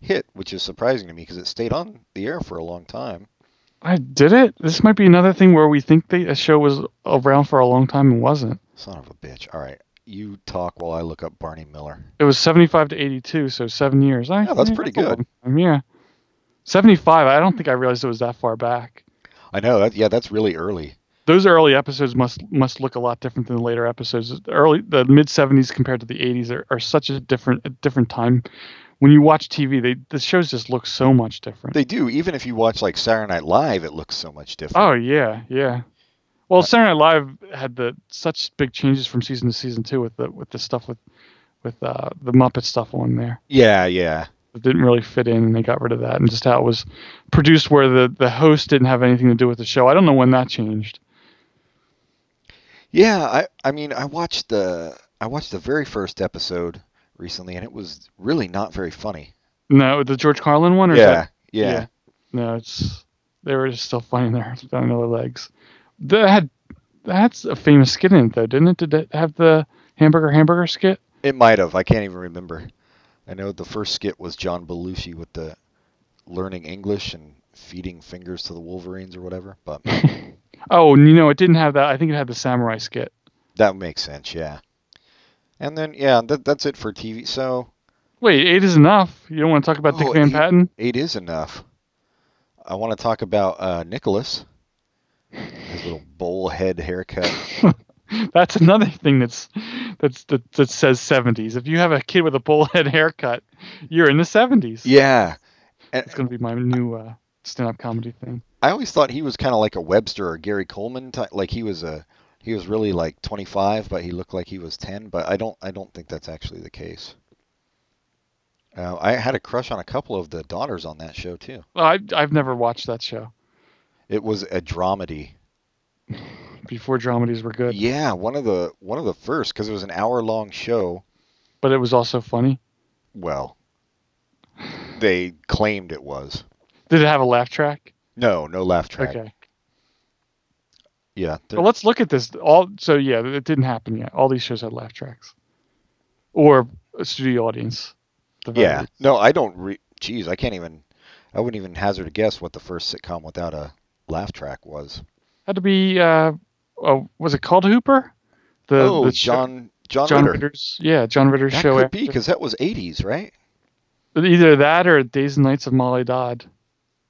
hit, which is surprising to me because it stayed on the air for a long time. I did it. This might be another thing where we think they, a show was around for a long time and wasn't. Son of a bitch. All right, you talk while I look up Barney Miller. It was 75 to 82, so seven years. I, Yeah, that's pretty a good. long time, yeah. 75, I don't think I realized it was that far back. I know that. Yeah, that's really early. Those early episodes must must look a lot different than the later episodes. The Early the mid 70s compared to the 80s are, are such a different a different time. When you watch TV, they the shows just look so much different. They do. Even if you watch like Saturday Night Live, it looks so much different. Oh yeah, yeah. Well, Saturday Night Live had the such big changes from season to season too, with the with the stuff with with uh, the Muppet stuff on there. Yeah, yeah. It didn't really fit in, and they got rid of that, and just how it was produced, where the the host didn't have anything to do with the show. I don't know when that changed. Yeah, I I mean I watched the I watched the very first episode recently and it was really not very funny. No, the George Carlin one, or is that- yeah. No, it's they were just still finding their finding their legs. That had that's a famous skit in it though, didn't it? Did it have the hamburger hamburger skit? It might have. I can't even remember. I know the first skit was John Belushi with the learning English and feeding fingers to the Wolverines or whatever, but Oh, and you know, it didn't have that. I think it had the samurai skit. that makes sense, yeah. And then yeah, that that's it for TV. So Wait, eight is enough. You don't want to talk about Dick Oh, Van eight- Patten? Eight is enough. I want to talk about uh, Nicholas, his little bowl head haircut. That's another thing that's that's that, that says seventies. If you have a kid with a bullhead haircut, you're in the seventies. yeah, it's gonna be my new uh, stand-up comedy thing. I always thought he was kind of like a Webster or Gary Coleman type. Like he was a he he was really like 25, but he looked like he was 10. But I don't I don't think that's actually the case. Uh, I had a crush on a couple of the daughters on that show too. Well, I, I've never watched that show It was a dramedy. before. Dramedies were good, Yeah, one of the one of the first because it was an hour long show. but it was also funny. Well, they claimed it was. Did it have a laugh track? No, no laugh track. Okay. Yeah, there- Well, let's look at this. All so yeah, it didn't happen yet. All these shows had laugh tracks, or a studio audience. The very yeah. least. Um, No, I don't. Re- Jeez, I can't even. I wouldn't even hazard a guess what the first sitcom without a laugh track was. had to be. Uh, oh, was it called Hooper? Uh, The, oh, the show- John John, John Ritter. Ritter's yeah John Ritter's That show. could be after- because that was 80s, right? either that or Days and Nights of Molly Dodd,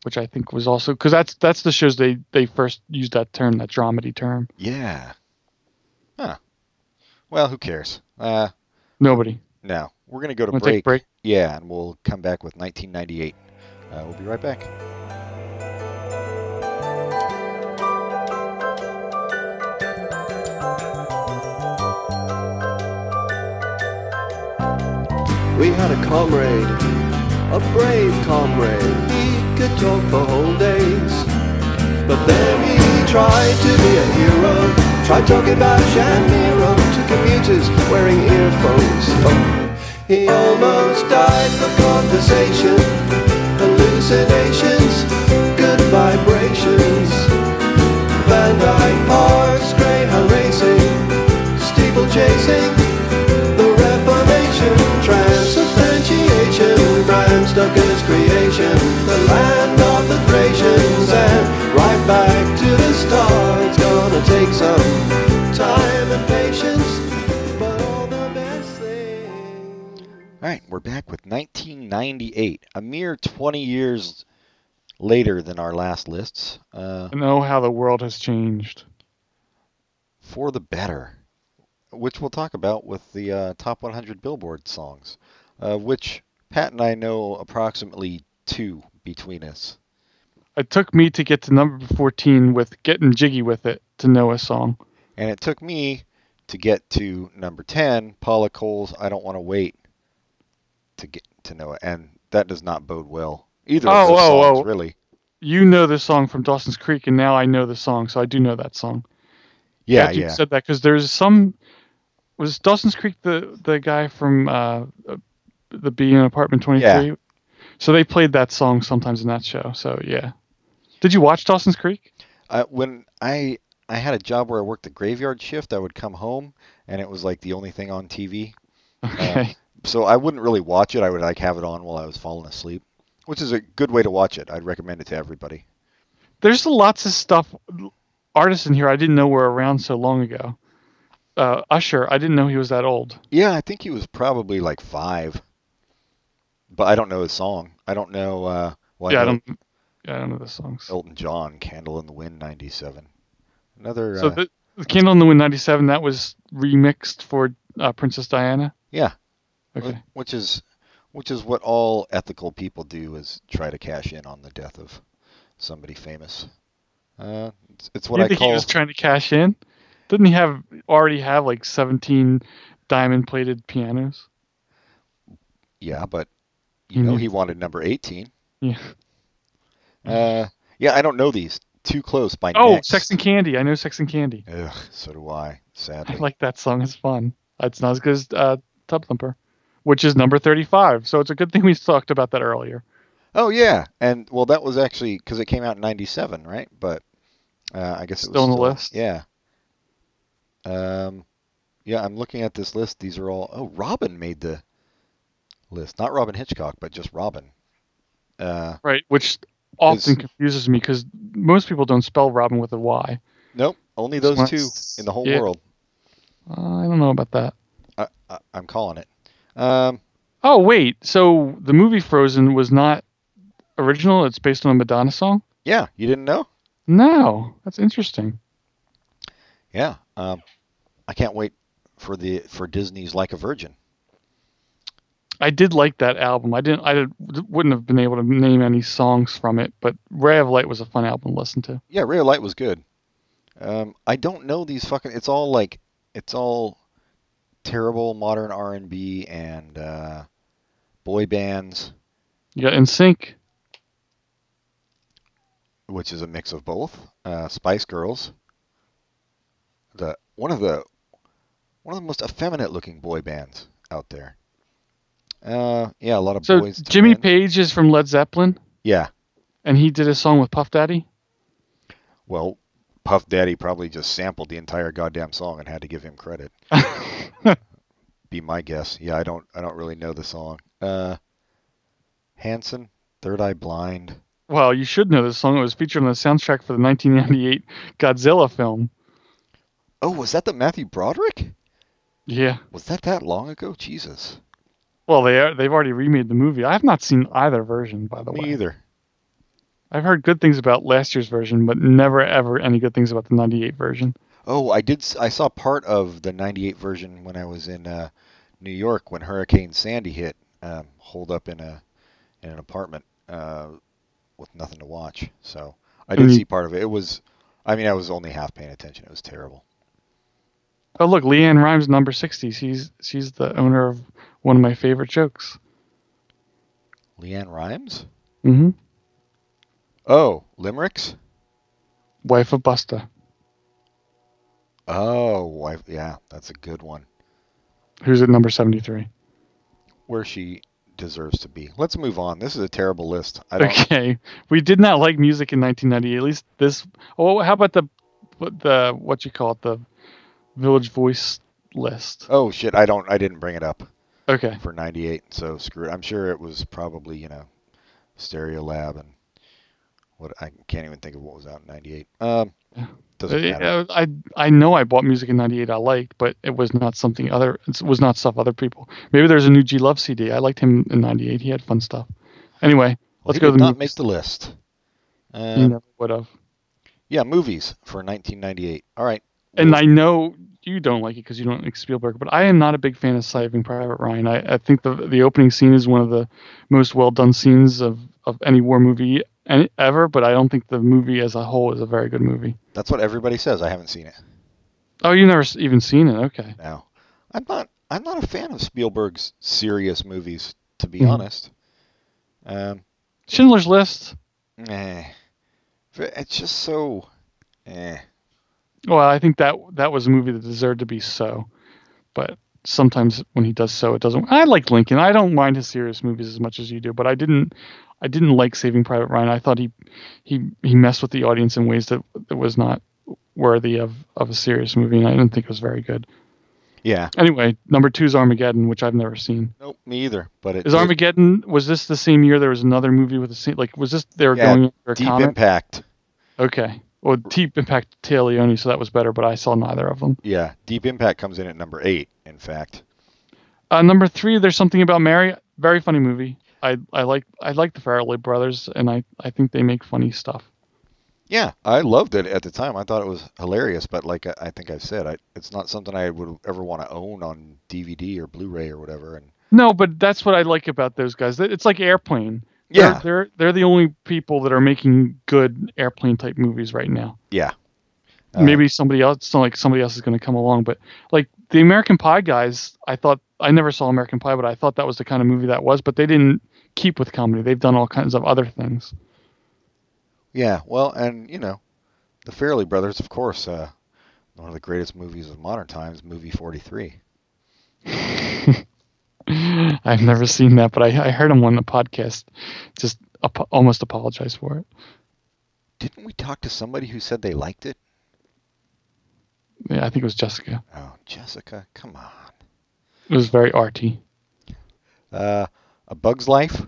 which I think was also because that's that's the shows they they first used that term that dramedy term. Yeah. Huh. Well, who cares? Uh, Nobody. now we're gonna go to Wanna take a break? Yeah, and we'll come back with 1998. Uh, we'll be right back. We had a comrade, a brave comrade. He could talk for whole days. But then he tried to be a hero. Tried talking about Shamiro to commuters wearing earphones. Oh, he almost died for conversation. Hallucinations, good vibrations. Van Dyke Parks, greyhound racing, steeple chasing. The Reformation, transubstantiation, Bram Stoker's creation, the land of the Thracians, and right back to the start. It's gonna take some time and patience, but all the best things. All right, we're back with 1998, a mere 20 years later than our last lists, uh, I know how the world has changed. for the better, which we'll talk about with the uh, top 100 Billboard songs, uh, which Pat and I know approximately two between us. It took me to get to number fourteen with getting jiggy with it to know a song. And it took me to get to number 10, Paula Cole's I Don't Want to Wait to get to know it. And that does not bode well. Either Oh, of those oh, songs, oh. really. You know this song from Dawson's Creek, and now I know the song, so I do know that song. Yeah, Glad you yeah. said that because there's some was Dawson's Creek the the guy from uh, the B in Apartment 23. So they played that song sometimes in that show. So yeah, did you watch Dawson's Creek? I, Uh, when I I had a job where I worked the graveyard shift, I would come home and it was like the only thing on TV. Okay, So I wouldn't really watch it. I would like have it on while I was falling asleep, which is a good way to watch it. I'd recommend it to everybody. there's lots of stuff artists in here I didn't know were around so long ago. Uh, Usher, I didn't know he was that old. Yeah, I think he was probably like five, but I don't know his song. I don't know. Uh, well, yeah, I I know don't. Yeah, I don't know the songs. Elton John, Candle in the Wind, 97. Another, So uh, the, the Candle in the Wind '97 that was remixed for uh, Princess Diana. yeah, Okay. wh- which is, which is what all ethical people do is try to cash in on the death of somebody famous. Uh, it's, it's what you I think call. he was trying to cash in? Didn't he have already have like seventeen diamond plated pianos? yeah, but He you know knew. he wanted number 18. Yeah. Uh, yeah, I don't know these. Too close by Oh, next. Sex and Candy. I know Sex and Candy. Ugh, so do I. Sadly. I like that song. It's fun. It's not as good as uh, Tub Thumper, which is number thirty-five. So it's a good thing we talked about that earlier. Oh yeah, and well, that was actually because it came out in '97, right? But uh, I guess it was Still on the list? Yeah. Um, yeah, I'm looking at this list. These are all. Oh, Robin made the list, not Robin Hitchcock, but just Robin. Uh, Right. Which often confuses me because most people don't spell Robin with a Y. nope, only Just those wanna two s- in the whole yeah. world. Uh, I don't know about that. I, I, I'm calling it. Um, Oh wait. So the movie Frozen was not original. It's based on a Madonna song. yeah, you didn't know? No, that's interesting. Yeah. Um, I can't wait for the for Disney's Like a Virgin. I did like that album. I didn't. I did, wouldn't have been able to name any songs from it, but Ray of Light was a fun album to listen to. Yeah, Ray of Light was good. Um, I don't know these fucking. It's all like, it's all terrible modern R and B and uh, boy bands, You got In Sync. which is a mix of both. Uh, Spice Girls. The one of the one of the most effeminate looking boy bands out there. Uh, yeah, a lot of So boys. to Jimmy men. Page is from Led Zeppelin, Yeah. and he did a song with Puff Daddy. Well, Puff Daddy probably just sampled the entire goddamn song and had to give him credit. Be my guess. Yeah, I don't I don't really know the song. Uh Hanson, Third Eye Blind. Well, you should know this song. It was featured on the soundtrack for the 1998 Godzilla film. Oh, was that the Matthew Broderick? Yeah. Was that that long ago? Jesus. Well, they are, they've already remade the movie. I have not seen either version, by the Me way. either. I've heard good things about last year's version, but never ever any good things about the 98 version. Oh, I did s- I saw part of the 98 version when I was in uh New York when Hurricane Sandy hit, um, holed up in a in an apartment uh, with nothing to watch. So I did Mm. see part of it. It was, I mean, I was only half paying attention. It was terrible. Oh, look, Leanne Rhymes, number 60. She's, she's the owner of one of my favorite jokes. Leanne Rhymes. Mm-hmm. hmm Oh, limericks. Wife of Busta, Oh, wife. Yeah, that's a good one. who's at number 73. Where she deserves to be. Let's move on. This is a terrible list. I don't. Okay. We did not like music in 1990. At least this. Oh, how about the, what the, what you call it, the Village Voice list? Oh shit! I don't. I didn't bring it up Okay. for '98. So screw it. I'm sure it was probably you know, Stereo Lab and what I can't even think of what was out in '98. Um, Yeah. doesn't matter. Uh, I I know I bought music in '98 I liked, but it was not something other. It was not stuff other people. Maybe there's a new G Love CD. I liked him in '98. He had fun stuff. Anyway, Well, let's he go to did the not movies. make the list. Uh, You never would have. Yeah, movies for 1998. All right. And I know you don't like it because you don't like Spielberg, but I am not a big fan of Saving Private Ryan. I, I think the the opening scene is one of the most well done scenes of of any war movie any, ever. But I don't think the movie as a whole is a very good movie. That's what everybody says. I haven't seen it Oh, you've never s- even seen it? Okay. now. I'm not. I'm not a fan of Spielberg's serious movies, to be Mhm. honest. Um, Schindler's List. eh. It's just so. Eh. Well, I think that that was a movie that deserved to be so, but sometimes when he does so, it doesn't. I like Lincoln. I don't mind his serious movies as much as you do, but I didn't. I didn't like Saving Private Ryan. I thought he he he messed with the audience in ways that, that was not worthy of of a serious movie, and I didn't think it was very good. Yeah. Anyway, number two is Armageddon, which I've never seen. Nope. Me either. But it Is did- Armageddon? Was this the same year there was another movie with the same? Like, was this they were Yeah, going after a Deep comet? Impact. Okay. Well, Deep Impact Leone, so that was better, but I saw neither of them. Yeah. Deep Impact comes in at number eight. In fact. Uh, number three, there's something about Mary. Very funny movie. I, I like I like the Farrelly brothers, and I, I think they make funny stuff. Yeah, I loved it at the time. I thought it was hilarious, but like I, I think I've said, I, it's not something I would ever want to own on DVD or Blu-ray or whatever. And No, but that's what I like about those guys. It's like Airplane. They're- yeah, they're they're the only people that are making good airplane type movies right now. yeah, Uh, Maybe somebody else, it's not like somebody else is going to come along, but like the American Pie guys, I thought I never saw American Pie, but I thought that was the kind of movie that was. But they didn't keep with comedy. They've done all kinds of other things. yeah. Well, and you know, the Fairley Brothers, of course, uh, one of the greatest movies of modern times, movie 43. I've never seen that, but I, I heard him on the podcast just ap- almost apologize for it. Didn't we talk to somebody who said they liked it? Yeah, I think it was Jessica. Oh, Jessica, come on. It was very arty. Uh, A Bug's Life.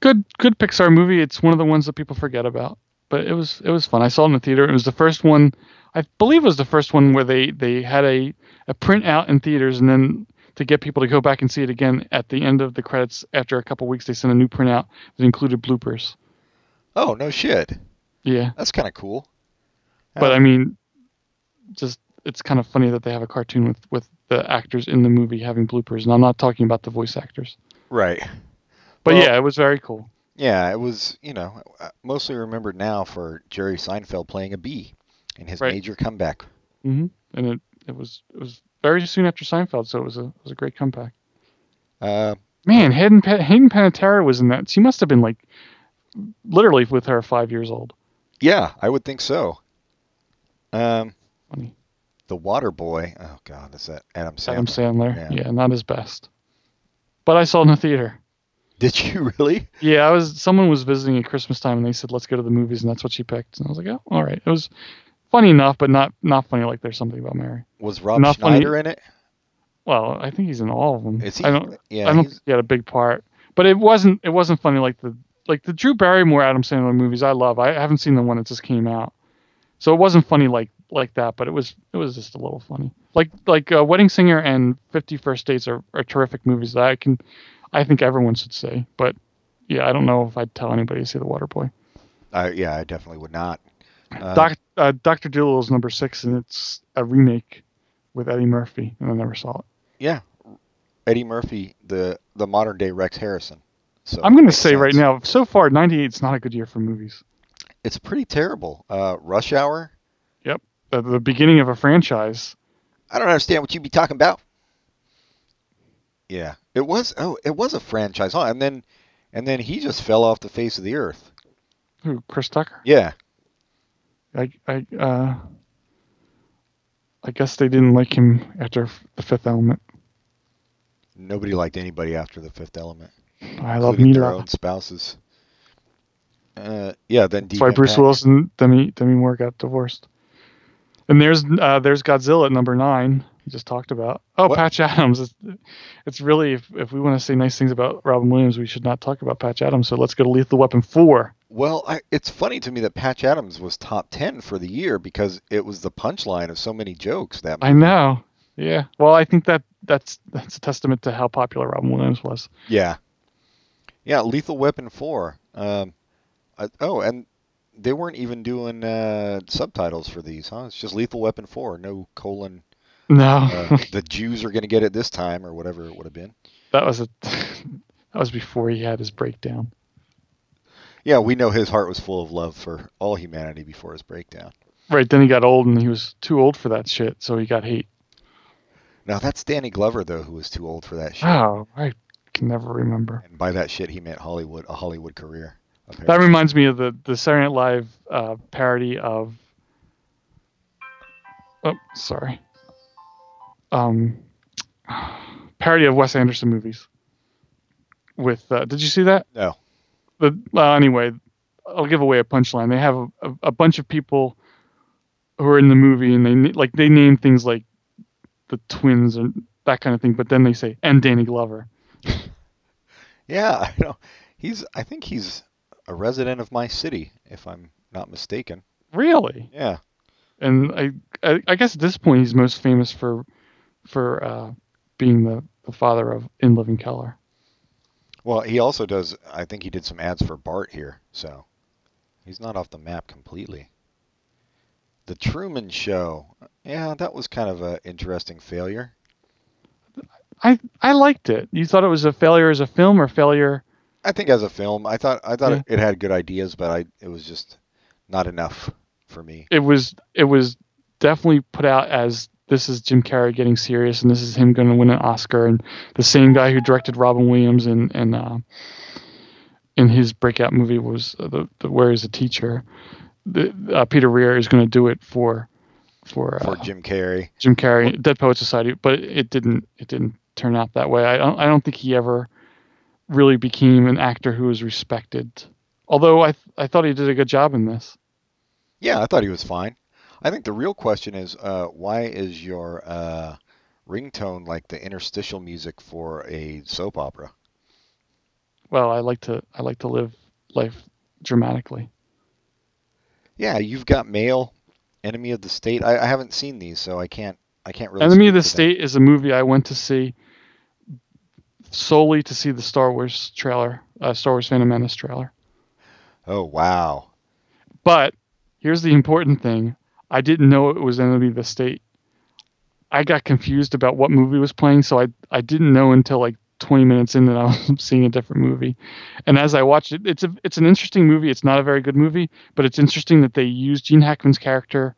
Good, good Pixar movie. It's one of the ones that people forget about, but it was it was fun. I saw it in the theater. It was the first one, I believe, it was the first one where they they had a a printout in theaters, and then to get people to go back and see it again at the end of the credits after a couple weeks, they sent a new printout that included bloopers. Oh no shit, Yeah. that's kind of cool. but Oh. I mean, just it's kind of funny that they have a cartoon with with the actors in the movie having bloopers, and I'm not talking about the voice actors. Right. But Well- yeah, it was very cool. Yeah, it was, you know, mostly remembered now for Jerry Seinfeld playing a bee. in his Right. major comeback. hmm And it, it was it was very soon after Seinfeld, so it was a it was a great comeback. Uh, Man, Hayden Pa- Hayden Panettiere was in that. She must have been like literally with her five years old. yeah, I would think so. Um, Funny. the Water Boy. Oh God, is that Adam Sandler? Adam Sandler. Yeah. Yeah. not his best. But I saw it in the theater. Did you really? Yeah, I was. Someone was visiting at Christmas time, and they said, "Let's go to the movies," and that's what she picked. And I was like, "Oh, all right." It was funny enough, but not not funny like there's something about Mary. Was Rob Not funny. Schneider in it? Well, I think he's in all of them. Is he? I don't. yeah, I don't he's- think he had a big part, but it wasn't. It wasn't funny like the like the Drew Barrymore Adam Sandler movies. I love. I haven't seen the one that just came out, so it wasn't funny like like that. But it was it was just a little funny. Like like uh, Wedding Singer and Fifty First Dates are, are terrific movies that I can, I think everyone should see. But yeah, I don't know if I'd tell anybody to see The Waterboy. I, yeah, I definitely would not. Uh, Doc uh, Doctor Doolittle's number six, and it's a remake with Eddie Murphy, and I never saw it. Yeah, Eddie Murphy, the the modern day Rex Harrison. So I'm gonna Oh, makes say right sense. now, so far '98 is not a good year for movies. it's pretty terrible. Uh, Rush Hour. the, the beginning of a franchise. I don't understand what you be talking about. Yeah, it was. Oh, it was a franchise, huh? And then, and then he just fell off the face of the earth. Who? Chris Tucker. Yeah, I I uh, I guess they didn't like him after f- the Fifth Element. nobody liked anybody after the Fifth Element, I love including their Mila. own spouses. Uh, yeah, then That's why Deep Bruce Impact. Willis and Demi Demi Moore got divorced. And there's uh, there's Godzilla at number nine. We just talked about. Oh, What? Patch Adams. It's, it's really if, if we want to say nice things about Robin Williams, we should not talk about Patch Adams. So let's go to Lethal Weapon four. Well, I, it's funny to me that Patch Adams was top ten for the year because it was the punchline of so many jokes. That I know. Yeah. Well, I think that that's that's a testament to how popular Robin Williams was. Yeah. Yeah, Lethal Weapon 4. Um, I, oh, and they weren't even doing uh, subtitles for these, huh? It's just Lethal Weapon 4. No colon. No. Uh, the Jews are going to get it this time, or whatever it would have been. That was a that was before he had his breakdown. Yeah, we know his heart was full of love for all humanity before his breakdown. Right then he got old and he was too old for that shit, so he got hate. Now, that's Danny Glover, though, who was too old for that shit. Oh, I can never remember. And by that shit, he meant Hollywood, a Hollywood career. That Apparently. reminds me of the the Saturday Night Live uh, parody of. Oh, sorry. Um, parody of Wes Anderson movies. With uh, did you see that? No. the well, anyway, I'll give away a punchline. They have a, a, a bunch of people who are in the movie, and they na- like they name things like the twins and that kind of thing. But then they say and Danny Glover. Yeah, I know. He's. I think he's a resident of my city, if I'm not mistaken. Really? Yeah. And I I, I guess at this point he's most famous for for uh, being the, the father of In Living Color. Well, he also does. I think he did some ads for Bart here, so he's not off the map completely. The Truman Show. Yeah, that was kind of an interesting failure. I I liked it. You thought it was a failure as a film or failure? I think as a film, I thought I thought Yeah. it had good ideas, but I it was just not enough for me. It was it was definitely put out as this is Jim Carrey getting serious and this is him going to win an Oscar and the same guy who directed Robin Williams and and uh, in his breakout movie was uh, the, the Where Is the Teacher, the, uh, Peter Weir is going to do it for for, uh, For Jim Carrey, Jim Carrey, Dead Poet Society, but it didn't it didn't turn out that way. I don't I don't think he ever really became an actor who was respected. Although I th- I thought he did a good job in this. yeah, I thought he was fine. I think the real question is, uh, why is your uh, ringtone like the interstitial music for a soap opera? Well, I like to I like to live life dramatically. Yeah, you've got Mail, Enemy of the State. I, I haven't seen these, so I can't. I can't really. Enemy of the speak to them. State is a movie I went to see solely to see the Star Wars trailer, uh, Star Wars Phantom Menace trailer. Oh wow. But here's the important thing: I didn't know it was Enemy of the State. I got confused about what movie was playing, so I I didn't know until like 20 minutes in that I was seeing a different movie. And as I watched it, it's a it's an interesting movie. It's not a very good movie, but it's interesting that they used Gene Hackman's character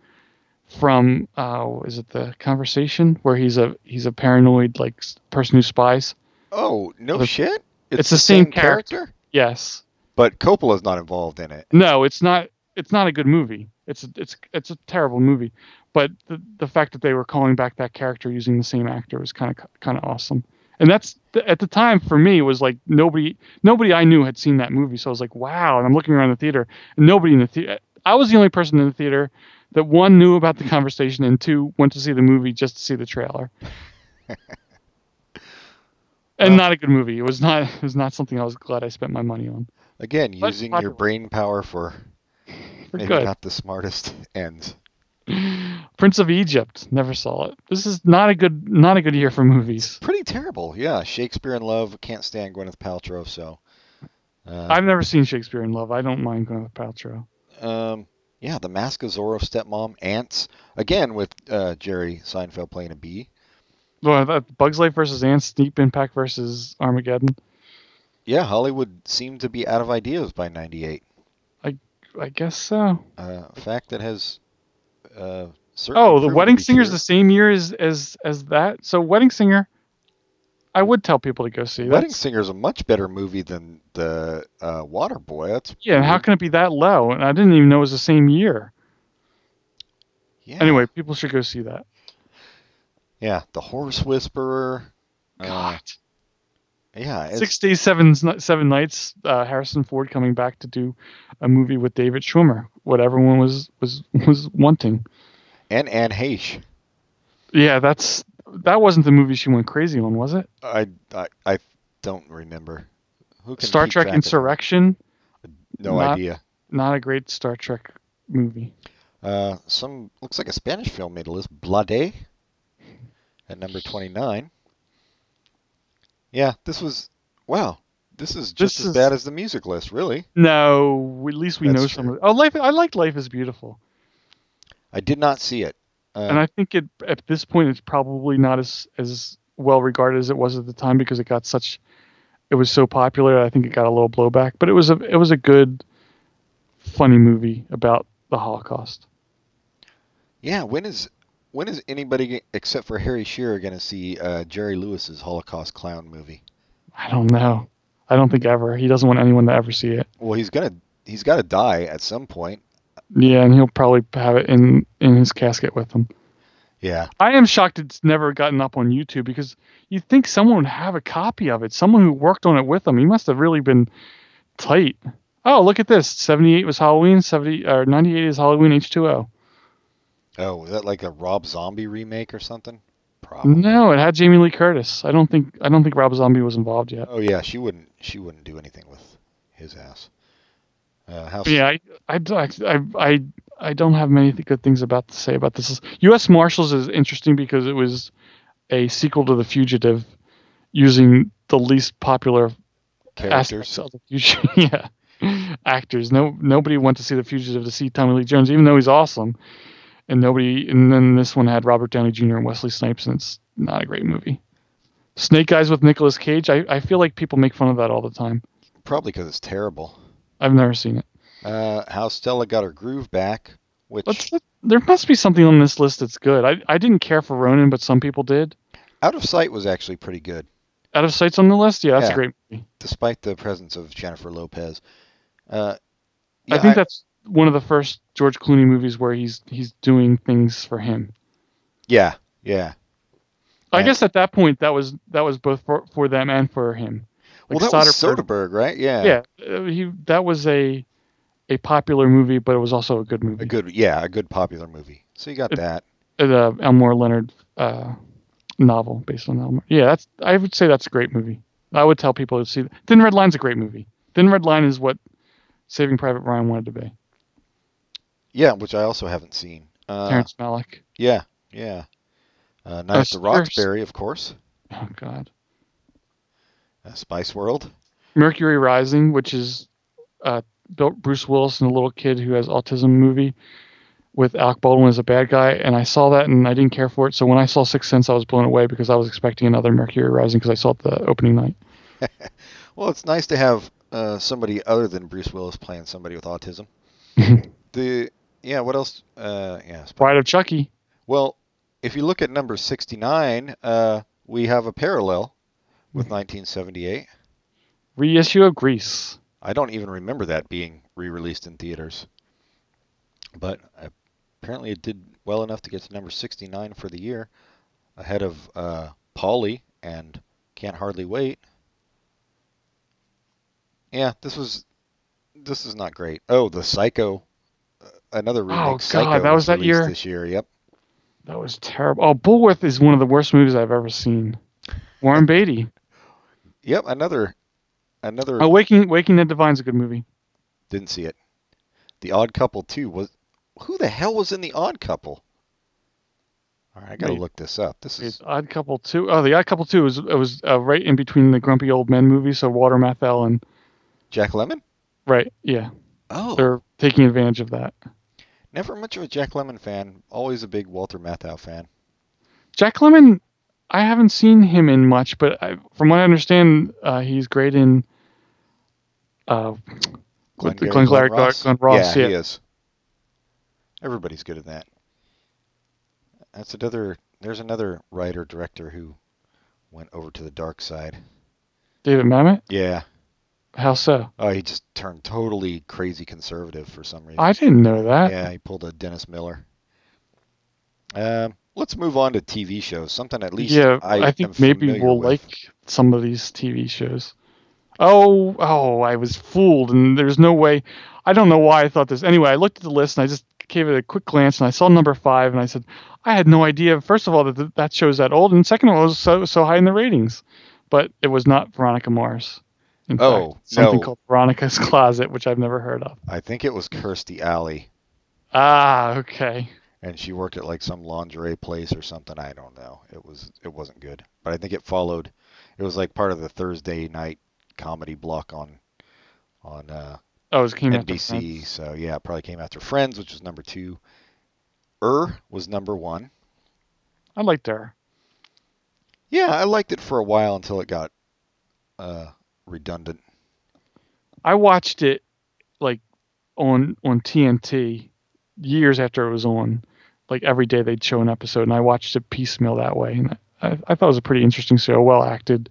from uh, is it the conversation where he's a he's a paranoid like s- person who spies? Oh no The- shit! it's the same character. character, Yes. but Coppola's not involved in it. No, it's not. It's not a good movie. It's a, it's it's a terrible movie. But the the fact that they were calling back that character using the same actor was kind of kind of awesome. And that's at the time for me was like nobody nobody I knew had seen that movie, so I was like, wow. And I'm looking around the theater, and nobody in the theater. I was the only person in the theater that one knew about the conversation and two went to see the movie just to see the trailer. and Well- not a good movie. It was not it was not something I was glad I spent my money on. Again, But using your popular. brain power for For maybe good. not the smartest ends. Prince of Egypt. Never saw it. This is not a good not a good year for movies. Pretty terrible. Yeah, Shakespeare in Love. Can't stand Gwyneth Paltrow. So. Uh, I've never seen Shakespeare in Love. I don't mind Gwyneth Paltrow. Um, yeah, The Mask of Zorro, Stepmom, Ants. Again, with uh, Jerry Seinfeld playing a bee. Well, that Bugs Life versus Ants, Deep Impact versus Armageddon. Yeah, Hollywood seemed to be out of ideas by '98. I guess so. Uh, a fact that has. Uh, certainly Oh, proven the to Wedding be Singer's true. the same year as as as that. So Wedding Singer, I would tell people to go see. that. Wedding Singer's a much better movie than the uh, Waterboy. That's yeah, and how can it be that low? And I didn't even know it was the same year. yeah. Anyway, people should go see that. Yeah, The Horse Whisperer. uh, God. yeah, it's, Six days, seven seven nights. Uh, Harrison Ford coming back to do a movie with David Schwimmer. What everyone was was was wanting. and Anne Heche. Yeah, that's that wasn't the movie she went crazy on, was it? I, I I don't remember. Who can Star keep Trek track of that? Insurrection. No not- idea. Not a great Star Trek movie. Uh, some looks like a Spanish film made a list. Blade at number twenty-nine. Yeah, this was wow. This is just as This is- bad as the music list, really. No, at least we That's know some. Of, oh, life. I like Life is Beautiful, I did not see it. Uh, and I think it at this point it's probably not as as well regarded as it was at the time because it got such. It was so popular. I think it got a little blowback, but it was a it was a good, funny movie about the Holocaust. yeah, when is when is anybody g- except for Harry Shearer going to see uh, Jerry Lewis's Holocaust clown movie? I don't know. I don't think ever. He doesn't want anyone to ever see it. Well, he's gonna he's got to die at some point. Yeah, and he'll probably have it in in his casket with him. Yeah, I am shocked it's never gotten up on YouTube because you would think someone would have a copy of it. Someone who worked on it with them. He must have really been tight. Oh, look at this. 78 was Halloween, 70 or 98 is Halloween H2O. Oh, was that like a Rob Zombie remake or something? Probably. No, it had Jamie Lee Curtis. I don't think I don't think Rob Zombie was involved yet. Oh yeah, she wouldn't. She wouldn't do anything with his ass. Uh, House. Yeah, I I, I, I, I don't have many th- good things about to say about this. U.S. Marshals is interesting because it was a sequel to The Fugitive, using the least popular aspects characters. of the future. yeah, actors. No, nobody went to see the Fugitive to see Tommy Lee Jones, even though he's awesome. And nobody. And then this one had Robert Downey Jr. and Wesley Snipes, and it's not a great movie. Snake Eyes with Nicolas Cage. I, I feel like people make fun of that all the time. Probably because it's terrible. I've never seen it. Uh, how Stella got her groove back, which Let's, let- there must be something on this list that's good. I, I didn't care for Ronin, but some people did. out of sight was actually pretty good, Out of Sight's on the list. Yeah, that's Yeah. a great movie. despite the presence of Jennifer Lopez. Uh, yeah, I think that's one of the first George Clooney movies where he's he's doing things for him. yeah, yeah. I Yeah. guess at that point that was that was both for, for them and for him. Well, Like that was Soderbergh- Soderbergh, right? Yeah. Yeah, uh, he that was a a popular movie, but it was also a good movie. A good, yeah, a good popular movie. So you got It- that. Uh, the Elmore Leonard uh, novel based on Elmore. Yeah, that's I would say that's a great movie. I would tell people to see. that. Thin Red Line's a great movie. Thin Red Line is what Saving Private Ryan wanted to be. Yeah, which I also haven't seen. Uh, Terrence Malick. yeah, yeah. Uh, Night at the Sure. Roxbury, of course. Oh God. Uh, Spice World. Mercury Rising, which is uh, Bill- Bruce Willis and a little kid who has autism movie with Alec Baldwin as a bad guy, and I saw that and I didn't care for it. So when I saw Sixth Sense, I was blown away because I was expecting another Mercury Rising because I saw it the opening night. Well, it's nice to have uh, somebody other than Bruce Willis playing somebody with autism. the yeah, what else? Uh, yeah. it's probably- Pride of Chucky. Well, if you look at number 69, uh, we have a parallel with 1978. Reissue of Grease. I don't even remember that being re-released in theaters. But apparently it did well enough to get to number 69 for the year, ahead of uh, Polly and Can't Hardly Wait. Yeah, this was this is not great. Oh, the Psycho, uh, another remake. Oh, God, Psycho that was that released year? This year, yep. That was terrible. Oh, Bullworth is one of the worst movies I've ever seen. Warren Beatty. Yep, another another Oh, Waking Waking Ned Divine's a good movie. didn't see it. The Odd Couple too was who the hell was in The Odd Couple? All right, I got to Wait. look this up. This It's is Odd Couple Two. Oh, the Odd Couple Two was it was uh, right in between the Grumpy Old Men movie, so Walter Matthau and Jack Lemon? right, yeah, Oh, they're taking advantage of that. never much of a Jack Lemon fan, always a big Walter Matthau fan. Jack Lemmon, I haven't seen him in much, but I, from what I understand, uh, he's great in uh, with the Glengarry Glengarry Glen Ross? Glen Ross. yeah, Yeah, he is. Everybody's good at that. That's another there's another writer director who went over to the dark side. David Mamet. Yeah. How so? Oh, he just turned totally crazy conservative for some reason. I didn't know that. Yeah, he pulled a Dennis Miller. Um, let's move on to TV shows. Something at least yeah, I, I, am think maybe familiar we'll with. like some of these TV shows. Oh, oh, I was fooled, and there's no way. I don't know why I thought this. Anyway, I looked at the list and I just gave it a quick glance, and I saw number five, and I said, I had no idea. First of all, that th- that show's that old, and second of all, it was so so high in the ratings, but it was not Veronica Mars. In Oh, fact, something no. called Veronica's Closet, which I've never heard of. I think it was Kirstie Alley, Ah, okay. and she worked at like some lingerie place or something. I don't know. It was it wasn't good, but I think it followed. It was like part of the Thursday night comedy block on on uh, Oh, it came after NBC. So yeah, it probably came after Friends, which was number two. Er was number one. I liked her. Yeah, I liked it for a while until it got uh, redundant. I watched it like on on TNT years after it was on. Like every day they'd show an episode, and I watched it piecemeal that way. And I, I thought it was a pretty interesting show, well acted.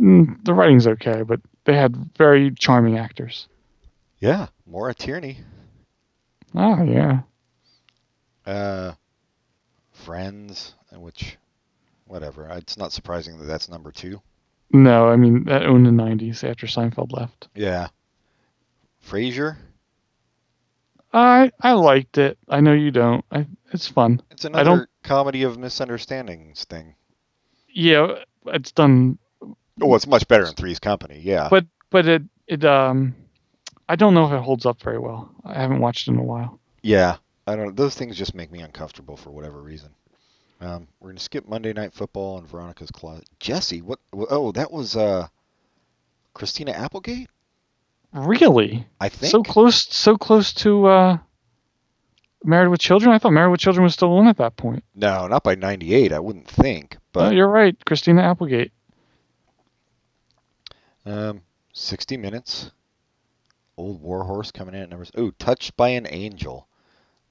Mm, The writing's okay, but they had very charming actors. Yeah, Maura Tierney. Oh yeah, Uh, Friends, which, whatever. Uh, It's not surprising that that's number two. no, I mean that owned the '90s after Seinfeld left. Yeah. Frasier. I I liked it. I know you don't. I, it's fun. It's I don't- another comedy of misunderstandings thing. Yeah, it's done Oh, it's much better in Three's Company. Yeah. but but it it um I don't know if it holds up very well. I haven't watched it in a while. yeah. I don't. Those things just make me uncomfortable for whatever reason. Um, we're gonna skip Monday Night Football and Veronica's Closet. Jesse, what? Oh, that was uh, Christina Applegate. Really? I think. So close so close to uh Married with Children? I thought Married with Children was still on at that point. No, not by '98. I wouldn't think. Oh, But you're right, Christina Applegate. Um, 60 Minutes. Old Warhorse coming in at numbers. Oh, Touched by an Angel.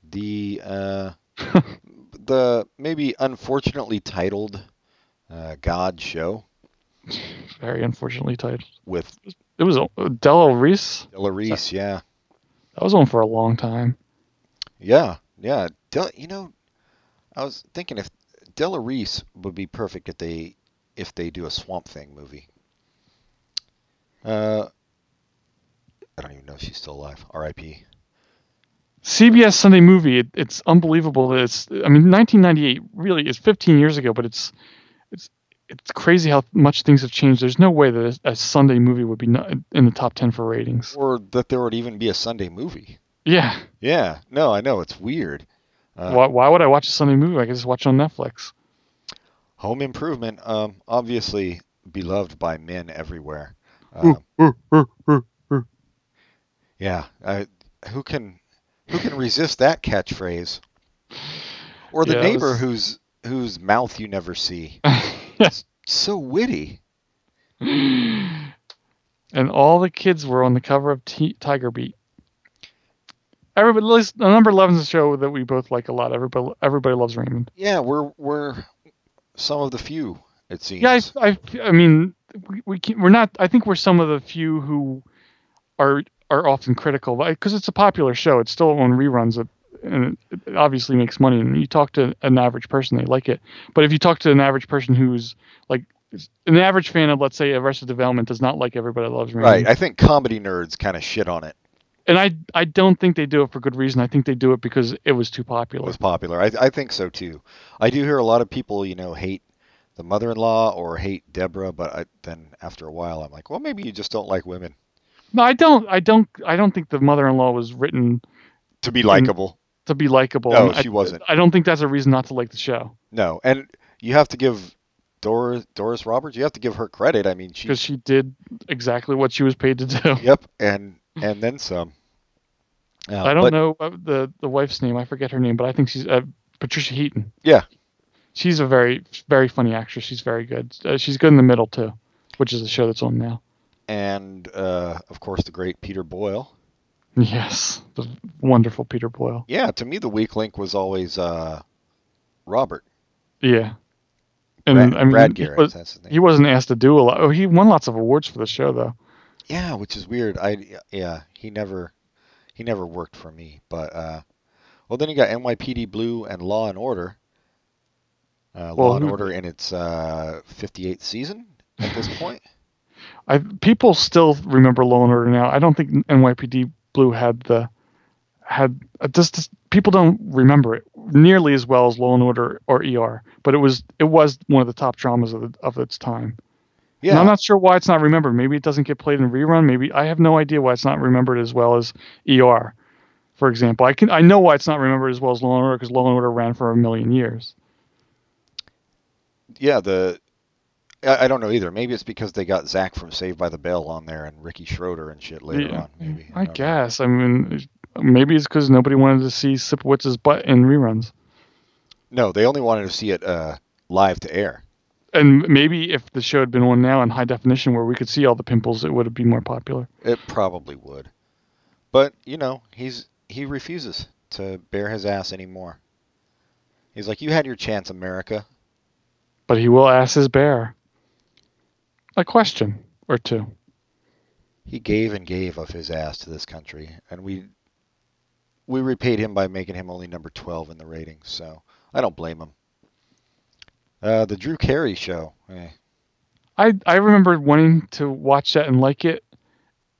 The uh, the maybe unfortunately titled uh, God show Very unfortunately titled. with It was uh, Della Reese. Della Reese. Yeah, That was on for a long time. yeah, yeah. Del, you know, I was thinking if Della Reese would be perfect if they if they do a Swamp Thing movie. Uh, I don't even know if she's still alive. R.I.P. CBS Sunday Movie. It, it's unbelievable that it's. I mean, 1998 really is 15 years ago, but it's it's it's crazy how much things have changed. There's no way that a, a Sunday movie would be not in the top 10 for ratings. or that there would even be a Sunday movie. Yeah. Yeah, no, I know it's weird. Uh, why, why would I watch a Sunday movie? I could just watch it on Netflix. Home Improvement, um, obviously beloved by men everywhere. Ooh, Um, ooh, ooh, ooh. yeah, I, who can who can resist that catchphrase? Or the Yeah, it neighbor was- whose whose mouth you never see. Yes. So witty. And all the kids were on the cover of T- Tiger Beat. everybody list- uh, number 11 is a show that we both like a lot. Everybody everybody loves Raymond. Yeah, we're we're some of the few it seems. Yeah, I, I, I mean, we, we can, we're not. I think we're some of the few who are are often critical because it's a popular show. It's still on reruns, it- and it, it obviously makes money. And you talk to an average person, they like it. But if you talk to an average person who's like an average fan of, let's say, Arrested Development, does not like Everybody Loves Raymond. right. I think comedy nerds kind of shit on it. and I I don't think they do it for good reason. I think they do it because it was too It popular. was popular. I I think so too. I do hear a lot of people, you know, hate the mother-in-law or hate Deborah, but I, then after a while, I'm like, well, maybe you just don't like women No, I don't. I don't. I don't think the mother-in-law was written to Mm. be likable. to be likable. No, I- she wasn't. I don't think that's a reason not to like the show No, and you have to give Doris Doris Roberts. You have to give her credit. I mean, she. because she did exactly what she was paid to do. Yep, and and then some. Uh, I don't but- know uh, the the wife's name. I forget her name, but I think she's uh, Patricia Heaton. Yeah. she's a very very funny actress. She's very good. Uh, she's good in the middle too, which is the show that's on now. and uh, of course the great Peter Boyle. Yes, the wonderful Peter Boyle. Yeah, to me the weak link was always uh, Robert. Yeah, and Brad, I mean Brad he, Garrett. was, that's his name. he wasn't asked to do a lot. Oh, he won lots of awards for the show though. yeah, which is weird. I yeah, he never he never worked for me. But uh, well, then you got NYPD Blue and Law and Order. Uh, Well, Law and who- Order in its uh, 58th season at this point. I people still remember Law and Order now. I don't think NYPD Blue had the had uh, just, just people don't remember it nearly as well as Law and Order or ER, but it was it was one of the top dramas of, the, of its time. Yeah. Yeah, I'm not sure why it's not remembered. Maybe it doesn't get played in rerun. Maybe I have no idea why it's not remembered as well as ER, for example. I can I know why it's not remembered as well as Law and Order because Law and Order ran for a million years. yeah. The I, I don't know either. Maybe it's because they got Zach from Saved by the Bell on there and Ricky Schroeder and shit later Yeah. on. Maybe I don't know. guess. I mean, maybe it's because nobody wanted to see Sipowicz's butt in reruns. No, they only wanted to see it uh, live to air. and maybe if the show had been on now in high definition where we could see all the pimples it would have been more popular It probably would, but you know he's he refuses to bare his ass anymore. He's like, you had your chance, America. but he will ask his bear a question or two He gave and gave of his ass to this country, and we we repaid him by making him only number twelve in the ratings. So I don't blame him. Uh, the Drew Carey show. Eh. i i remember wanting to watch that and like it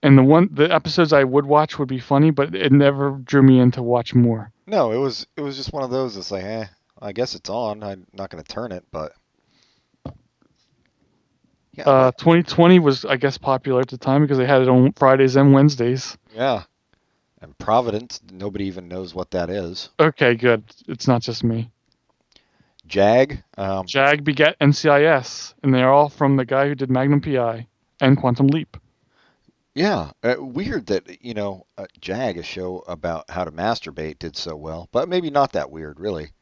and the one the episodes i would watch would be funny but it never drew me in to watch more No, it was it was just one of those that's like, eh, I guess it's on. I'm not gonna turn it, but yeah, uh 2020 was i guess popular at the time because they had it on fridays and wednesdays yeah. And Providence, nobody even knows what that is. okay good it's not just me Jag, um, jag begat ncis and they're all from the guy who did magnum pi and quantum leap yeah. Uh, weird that you know uh, Jag, a show about how to masturbate, did so well, but maybe not that weird, really.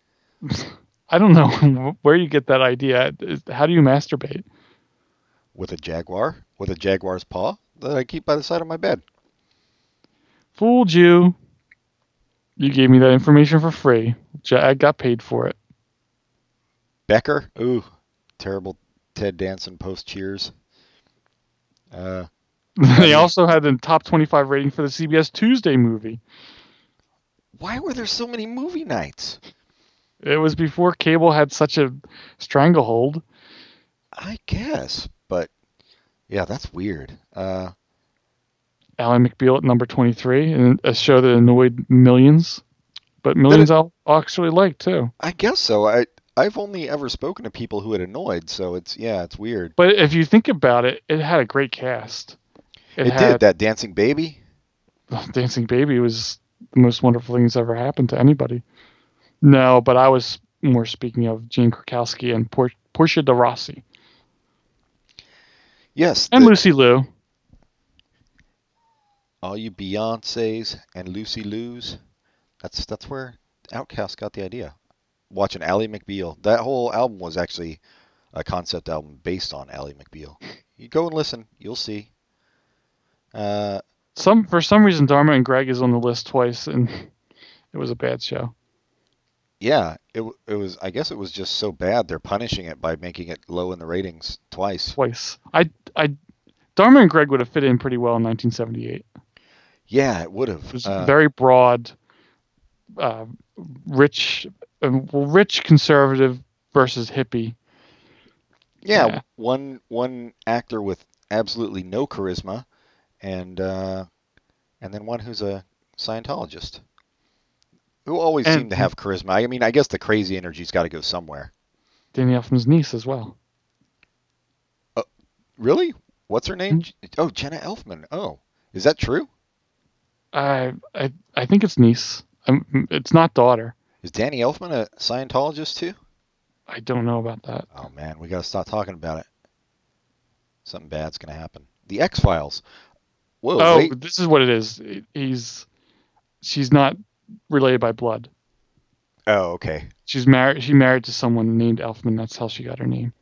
I don't know where you get that idea. How do you masturbate? With a jaguar, with a jaguar's paw that I keep by the side of my bed. Fooled you. You gave me that information for free. J- I got paid for it. Becker. Ooh, terrible Ted Danson post cheers. Uh, they also had the top 25 rating for the CBS Tuesday movie. why were there so many movie nights? It was before cable had such a stranglehold. I guess, but yeah, that's weird. Uh, Alan McBeal at number 23, and a show that annoyed millions, but millions I actually liked too. I guess so. I I've only ever spoken to people who it annoyed, so it's yeah, it's weird. But if you think about it, it had a great cast. It, did had- that dancing baby. Dancing Baby was the most wonderful thing that's ever happened to anybody. No, but I was more speaking of Gene Krakowski and Por- Portia de Rossi Yes, and the- Lucy Liu. all you Beyonces and Lucy Lou's. That's that's where Outkast got the idea. Watching Ally McBeal. That whole album was actually a concept album based on Ally McBeal. You go and listen, you'll see. Uh, some for some reason Dharma and Greg is on the list twice, and it was a bad show. Yeah, it w- it was. I guess it was just so bad they're punishing it by making it low in the ratings twice. Twice. I I Dharma and Greg would have fit in pretty well in 1978. Yeah, it uh, would It have. was very broad, uh, rich, uh, well, rich conservative versus hippie. yeah, yeah. one one actor with absolutely no charisma, and uh, and then one who's a Scientologist, who always And- seem to have charisma. I mean, I guess the crazy energy's got to go somewhere. Danny Elfman's niece as well. Really? What's her Hmm? name? Oh, Jenna Elfman. Oh, is that true? I I I think it's niece. I'm, it's not daughter. Is Danny Elfman a Scientologist too? I don't know about that. Oh man, we gotta stop talking about it. Something bad's gonna happen. The X Files. Whoa, Oh, wait. this is what it is. He's she's not related by blood. Oh, okay. She's married. She married to someone named Elfman. That's how she got her name.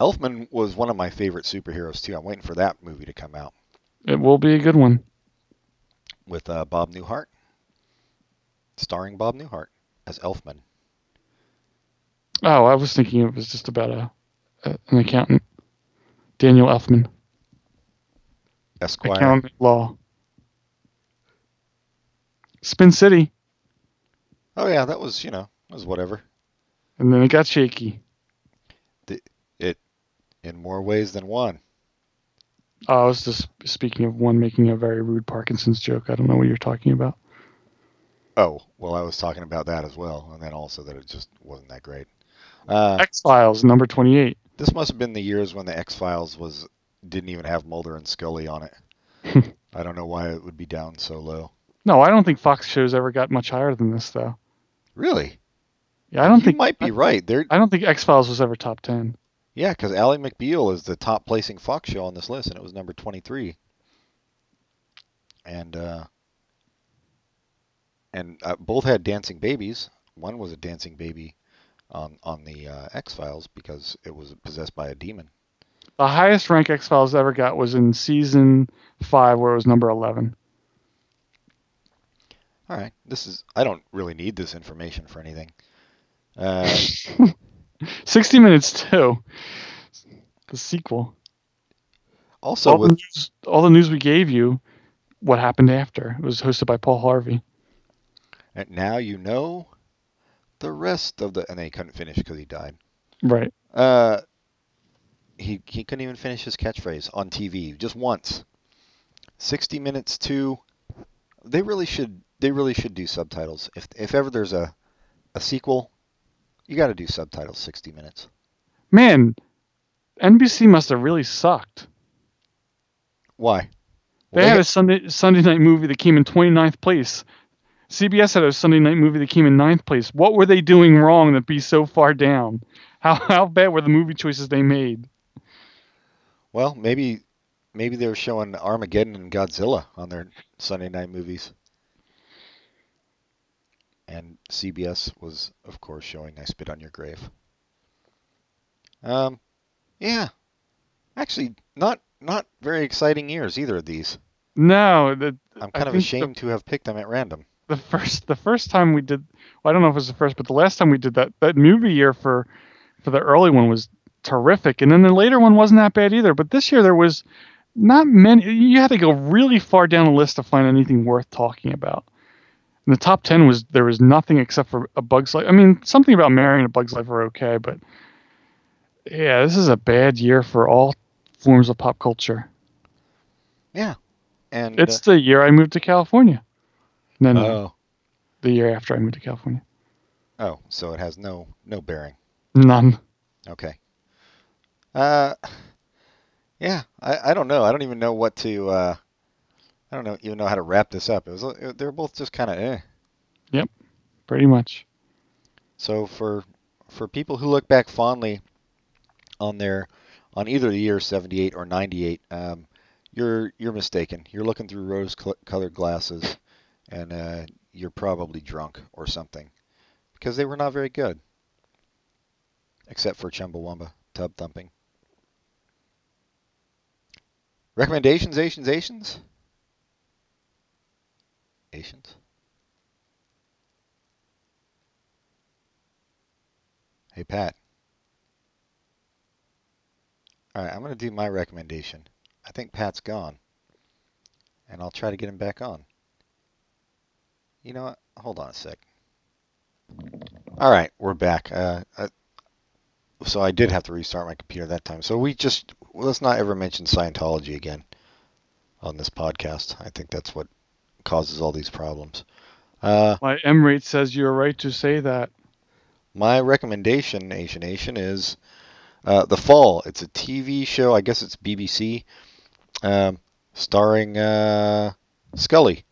Elfman was one of my favorite superheroes too. I'm waiting for that movie to come out It will be a good one. with uh, Bob Newhart, starring Bob Newhart as Elfman. Oh, I was thinking it was just about a, a an accountant, Daniel Elfman, Esquire. accountant at law. Spin City, Oh yeah, that was you know that was whatever and then it got shaky. in more ways than one. Oh, I was just speaking of one making a very rude Parkinson's joke. I don't know what you're talking about. Oh well, I was talking about that as well, and then also that it just wasn't that great. Uh, X Files number twenty-eight. This must have been the years when the X Files was didn't even have Mulder and Scully on it. I don't know why it would be down so low. No, I don't think Fox shows ever got much higher than this, though. Really? Yeah, I don't you think might be right. There, I don't think X Files was ever top ten. yeah, because Ally McBeal is the top placing Fox show on this list, and it was number twenty three. And uh, and uh, both had dancing babies. One was a dancing baby on on the uh, X Files because it was possessed by a demon. The highest rank X Files ever got was in season five, where it was number eleven. All right, this is I don't really need this information for anything. Uh, Sixty Minutes two, the sequel. also all, with the news, all the news we gave you, what happened after? It was hosted by Paul Harvey. And now you know the rest of the. And they couldn't finish because he died. Right. Uh, he he couldn't even finish his catchphrase on TV just once. Sixty Minutes to. They really should. They really should do subtitles. If if ever there's a a sequel, you got to do subtitles. Sixty Minutes. Man, NBC must have really sucked. Why? They Well, had a Sunday Sunday night movie that came in 29th place. CBS had a Sunday night movie that came in 9th place. What were they doing wrong that be so far down? How how bad were the movie choices they made? well, maybe maybe they're showing Armageddon and Godzilla on their Sunday night movies. And CBS was, of course, showing I Spit on Your Grave. Um, yeah, actually, not not very exciting years either of these. No, the I'm I kind of think the- ashamed to have picked them at random. the first the first time we did well, I don't know if it was the first, but the last time we did that that movie year for for the early one was terrific, and then the later one wasn't that bad either. But this year there was not many. You had to go really far down the list to find anything worth talking about. And the top ten was there was nothing except for a Bug's Life. I mean, something about marrying a Bug's Life are okay, but yeah, this is a bad year for all forms of pop culture. And It's the year I moved to California. No, uh, no, oh the year after I moved to California. oh, so it has no no bearing. None. Okay. Uh, yeah, I, I don't know. I don't even know what to. Uh, I don't know even know how to wrap this up. It was uh, they're both just kind of eh. pretty much. So for for people who look back fondly on their on either the year 78 or 98, um, you're you're mistaken. You're looking through rose-colored glasses, and uh, you're probably drunk or something, because they were not very good, except for Chumbawamba tub thumping. Recommendations, Asians, Asians. Patience. Hey, Pat. All right, I'm going to do my recommendation. I think Pat's gone, and I'll try to get him back on. You know what? Hold on a sec. All right, we're back. Uh, I, so I did have to restart my computer that time. So we just let's not ever mention Scientology again on this podcast. I think that's what causes all these problems. Uh, My Emirate says you're right to say that. my recommendation, Asian Nation, is uh, The Fall. It's a TV show. I guess it's BBC, um, starring uh, Scully,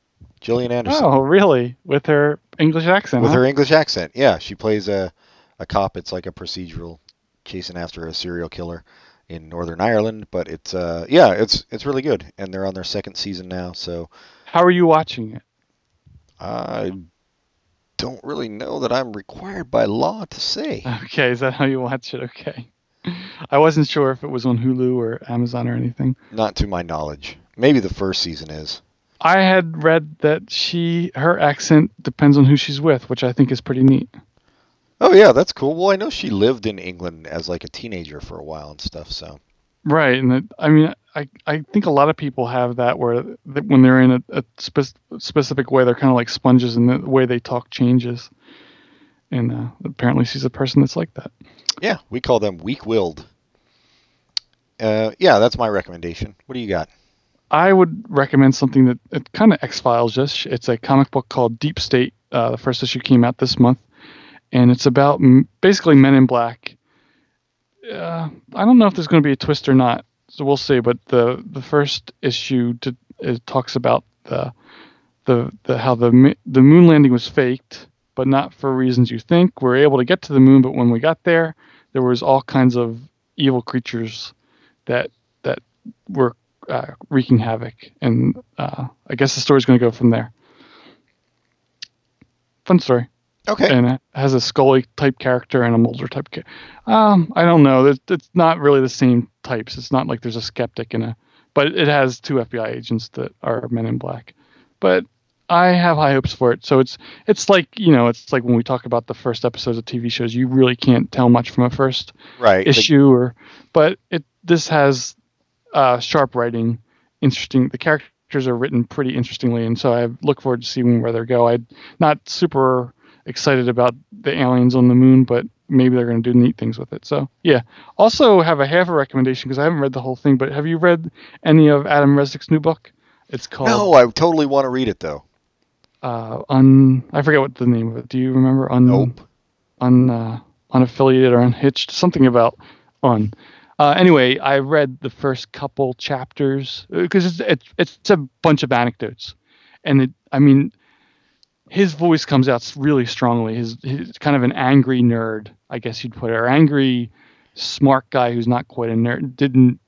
Gillian Anderson, Oh, uh-huh. really? With her English accent? with huh? her English accent. Yeah, she plays a a cop. It's like a procedural, chasing after a serial killer in Northern Ireland. But it's uh, yeah, it's it's really good, and they're on their second season now. So How are you watching it? I don't really know that I'm required by law to say. Okay, is that how you watch it? Okay. I wasn't sure if it was on Hulu or Amazon or anything. Not to my knowledge. Maybe the first season is. I had read that she her accent depends on who she's with, which I think is pretty neat. Oh yeah, that's cool. Well, I know she lived in England as like a teenager for a while and stuff. So Right, and it, I mean, I I think a lot of people have that where that when they're in a, a spec- specific way, they're kind of like sponges, and the way they talk changes. And uh, apparently, she's a person that's like that. yeah, we call them weak-willed. Uh, yeah, that's my recommendation. What do you got? I would recommend something that it kind of X Files ish. It's a comic book called Deep State. Uh, the first issue came out this month, and it's about m- basically Men in Black. Uh, I don't know if there's going to be a twist or not, so we'll see. But the the first issue to, it talks about the the, the how the mi- the moon landing was faked, but not for reasons you think. We are able to get to the moon, but when we got there, there was all kinds of evil creatures that that were uh, wreaking havoc, and uh, I guess the story's going to go from there. Fun story, Okay. and it has a Scully type character and a Mulder type. Ca- um, I don't know. It's, it's not really the same types. It's not like there's a skeptic and a, but it has two FBI agents that are Men in Black. But I have high hopes for it. So it's it's like you know it's like when we talk about the first episodes of TV shows, you really can't tell much from a first right. the- issue or but it this has uh, sharp writing interesting the characters are written pretty interestingly and so i look forward to seeing where they go i'm not super excited about the aliens on the moon but maybe they're going to do neat things with it so yeah also have a half a recommendation because i haven't read the whole thing but have you read any of adam resnick's new book it's called no, I totally want to read it though. uh un i forget what the name of it do you remember un Nope. un uh, unaffiliated or unhitched something about un uh, anyway i read the first couple chapters because it's, it's it's a bunch of anecdotes and it i mean his voice comes out really strongly his he's kind of an angry nerd i guess you'd put it or angry smart guy who's not quite a nerd didn't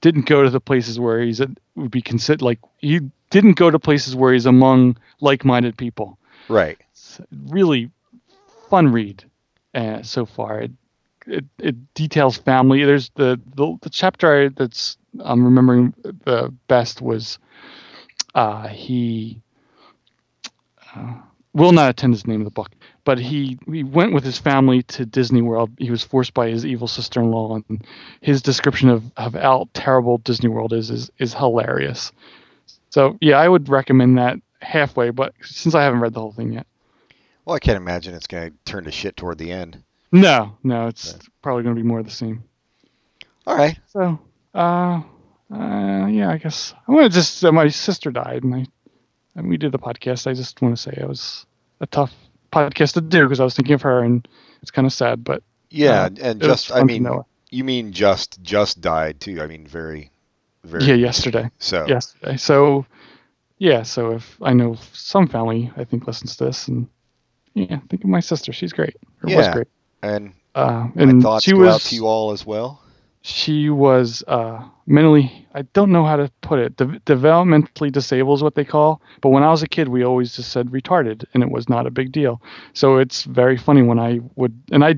didn't go to the places where he's a, would be considered like he didn't go to places where he's among like-minded people Right. it's really fun read uh, so far. It, it it details family. There's the the, the chapter I- that's I'm remembering the best was uh, he uh, will not attend his name of the book, but he he went with his family to Disney World. He was forced by his evil sister-in-law, and his description of, of how terrible Disney World is is is hilarious. So yeah, I would recommend that halfway, but since I haven't read the whole thing yet. Well, I can't imagine it's going to turn to shit toward the end. No, no, it's probably going to be more of the same. All right. So, uh, uh, yeah, I guess I want to just. Uh, my sister died, and I, and we did the podcast. I just want to say it was a tough podcast to do because I was thinking of her, and it's kind of sad. But Yeah, Uh, and- and it was just I fun to mean, know. you mean just just died too. I mean, very, very. yeah, yesterday, So yesterday. So, yeah, so if I know some family, I think listens to this, and yeah, think of my sister. She's great. Or was Yeah, great. and Uh, my and thoughts she go was out to you all as well. she was uh, mentally i don't know how to put it de- developmentally disabled is what they call but when i was a kid we always just said retarded and it was not a big deal so it's very funny when i would and i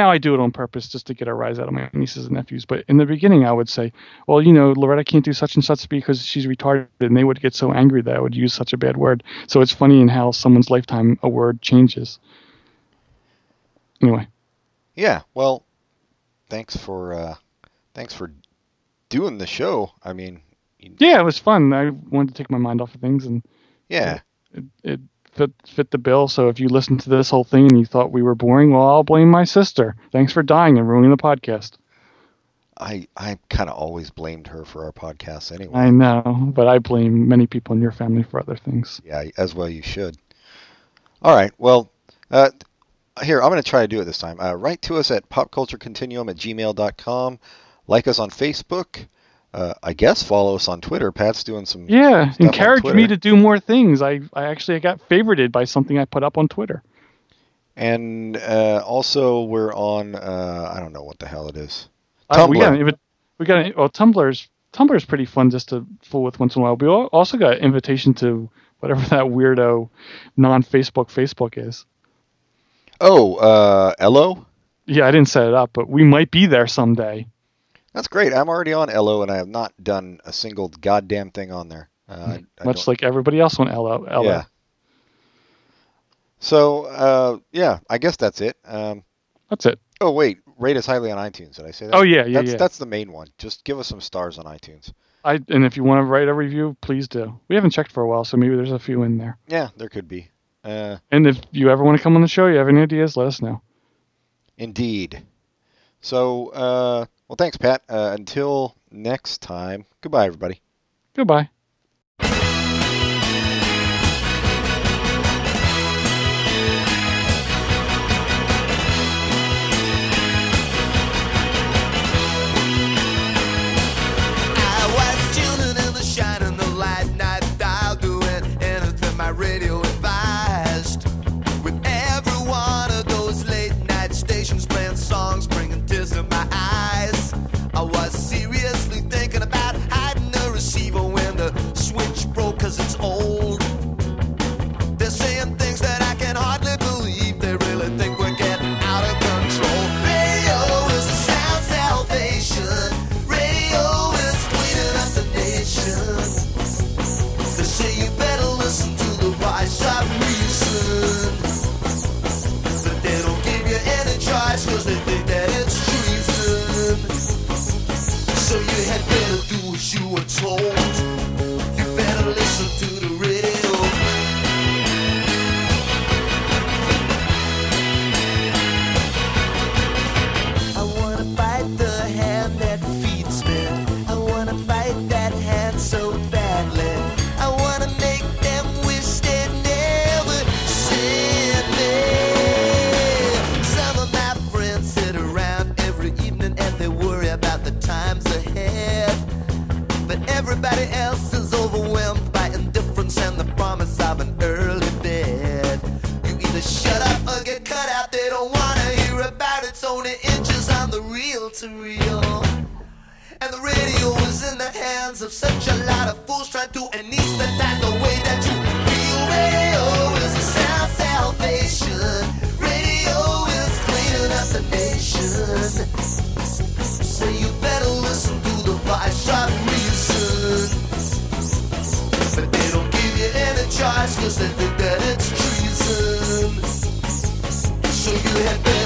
Now I do it on purpose just to get a rise out of my nieces and nephews. But in the beginning, I would say, well, you know, Loretta can't do such and such because she's retarded, and they would get so angry that I would use such a bad word. So it's funny in how someone's lifetime a word changes. Anyway, Yeah, well, thanks for uh, thanks for doing the show. I mean, yeah, it was fun. I wanted to take my mind off of things and yeah, it fit fit the bill. So if you listened to this whole thing and you thought we were boring, well, I'll blame my sister. Thanks for dying and ruining the podcast. I I kind of always blamed her for our podcasts anyway. I know, but I blame many people in your family for other things. Yeah, as well you should. All right. Well, uh, here, I'm going to try to do it this time. Uh, write to us at popculturecontinuum at gmail.com. Like us on Facebook. Uh, I guess follow us on Twitter. Pat's doing some. Yeah, on encourage me Twitter. to do more things. I, I actually got favorited by something I put up on Twitter. And uh, also, we're on, uh, I don't know what the hell it is. Uh, we Tumblr. got an invi- we got an, well Tumblr's Tumblr's pretty fun just to fool with once in a while. We al- also got an invitation to whatever that weirdo non Facebook Facebook is. Oh, uh, Elo? Yeah, I didn't set it up, but we might be there someday. That's great. I'm already on Elo, and I have not done a single goddamn thing on there. Uh, I, I don't- Hmm. much like everybody else on LO. LO. Yeah. So, uh, yeah, I guess that's it. Um, That's it. Oh wait, rate us highly on iTunes. Did I say that? Oh, yeah, yeah, That's yeah. that's the main one. Just give us some stars on iTunes. I and if you want to write a review, please do. We haven't checked for a while, so maybe there's a few in there. Yeah, there could be. Uh, And if you ever want to come on the show, you have any ideas, let us know. indeed. So, uh, well, thanks, Pat. Uh, until next time, goodbye, everybody. Goodbye. I was tuning in the shine and the light night dial doing anything my radio advised. With every one of those late night stations playing songs, bringing tears to my eyes. I was seriously thinking about hiding the receiver when the switch broke cause it's old. They're saying things that I can hardly believe. They really think we're getting out of control. Radio is the sound salvation. Radio is cleaning up the nation. They say you better listen to the voice of reason. But they don't give you any choice because they think that it's treason. So you had better do as you were told. You better listen to the radio. I wanna bite the hand that feeds me. I wanna bite that hand so badly. I wanna make them wish they never sent me. Some of my friends sit around every evening and they worry about the times ahead. But everybody else is overwhelmed by indifference and the promise of an early bed. You either shut up or get cut out. They don't wanna hear about it. It's only inches on the reel to reel. And the radio is in the hands of such a lot of fools trying to anesthetize the way that you feel. Radio is the sound salvation. Radio is cleaning up the nation. So you better listen to the voice of reason. But they don't give you any choice 'cause they think that it's treason. So you had better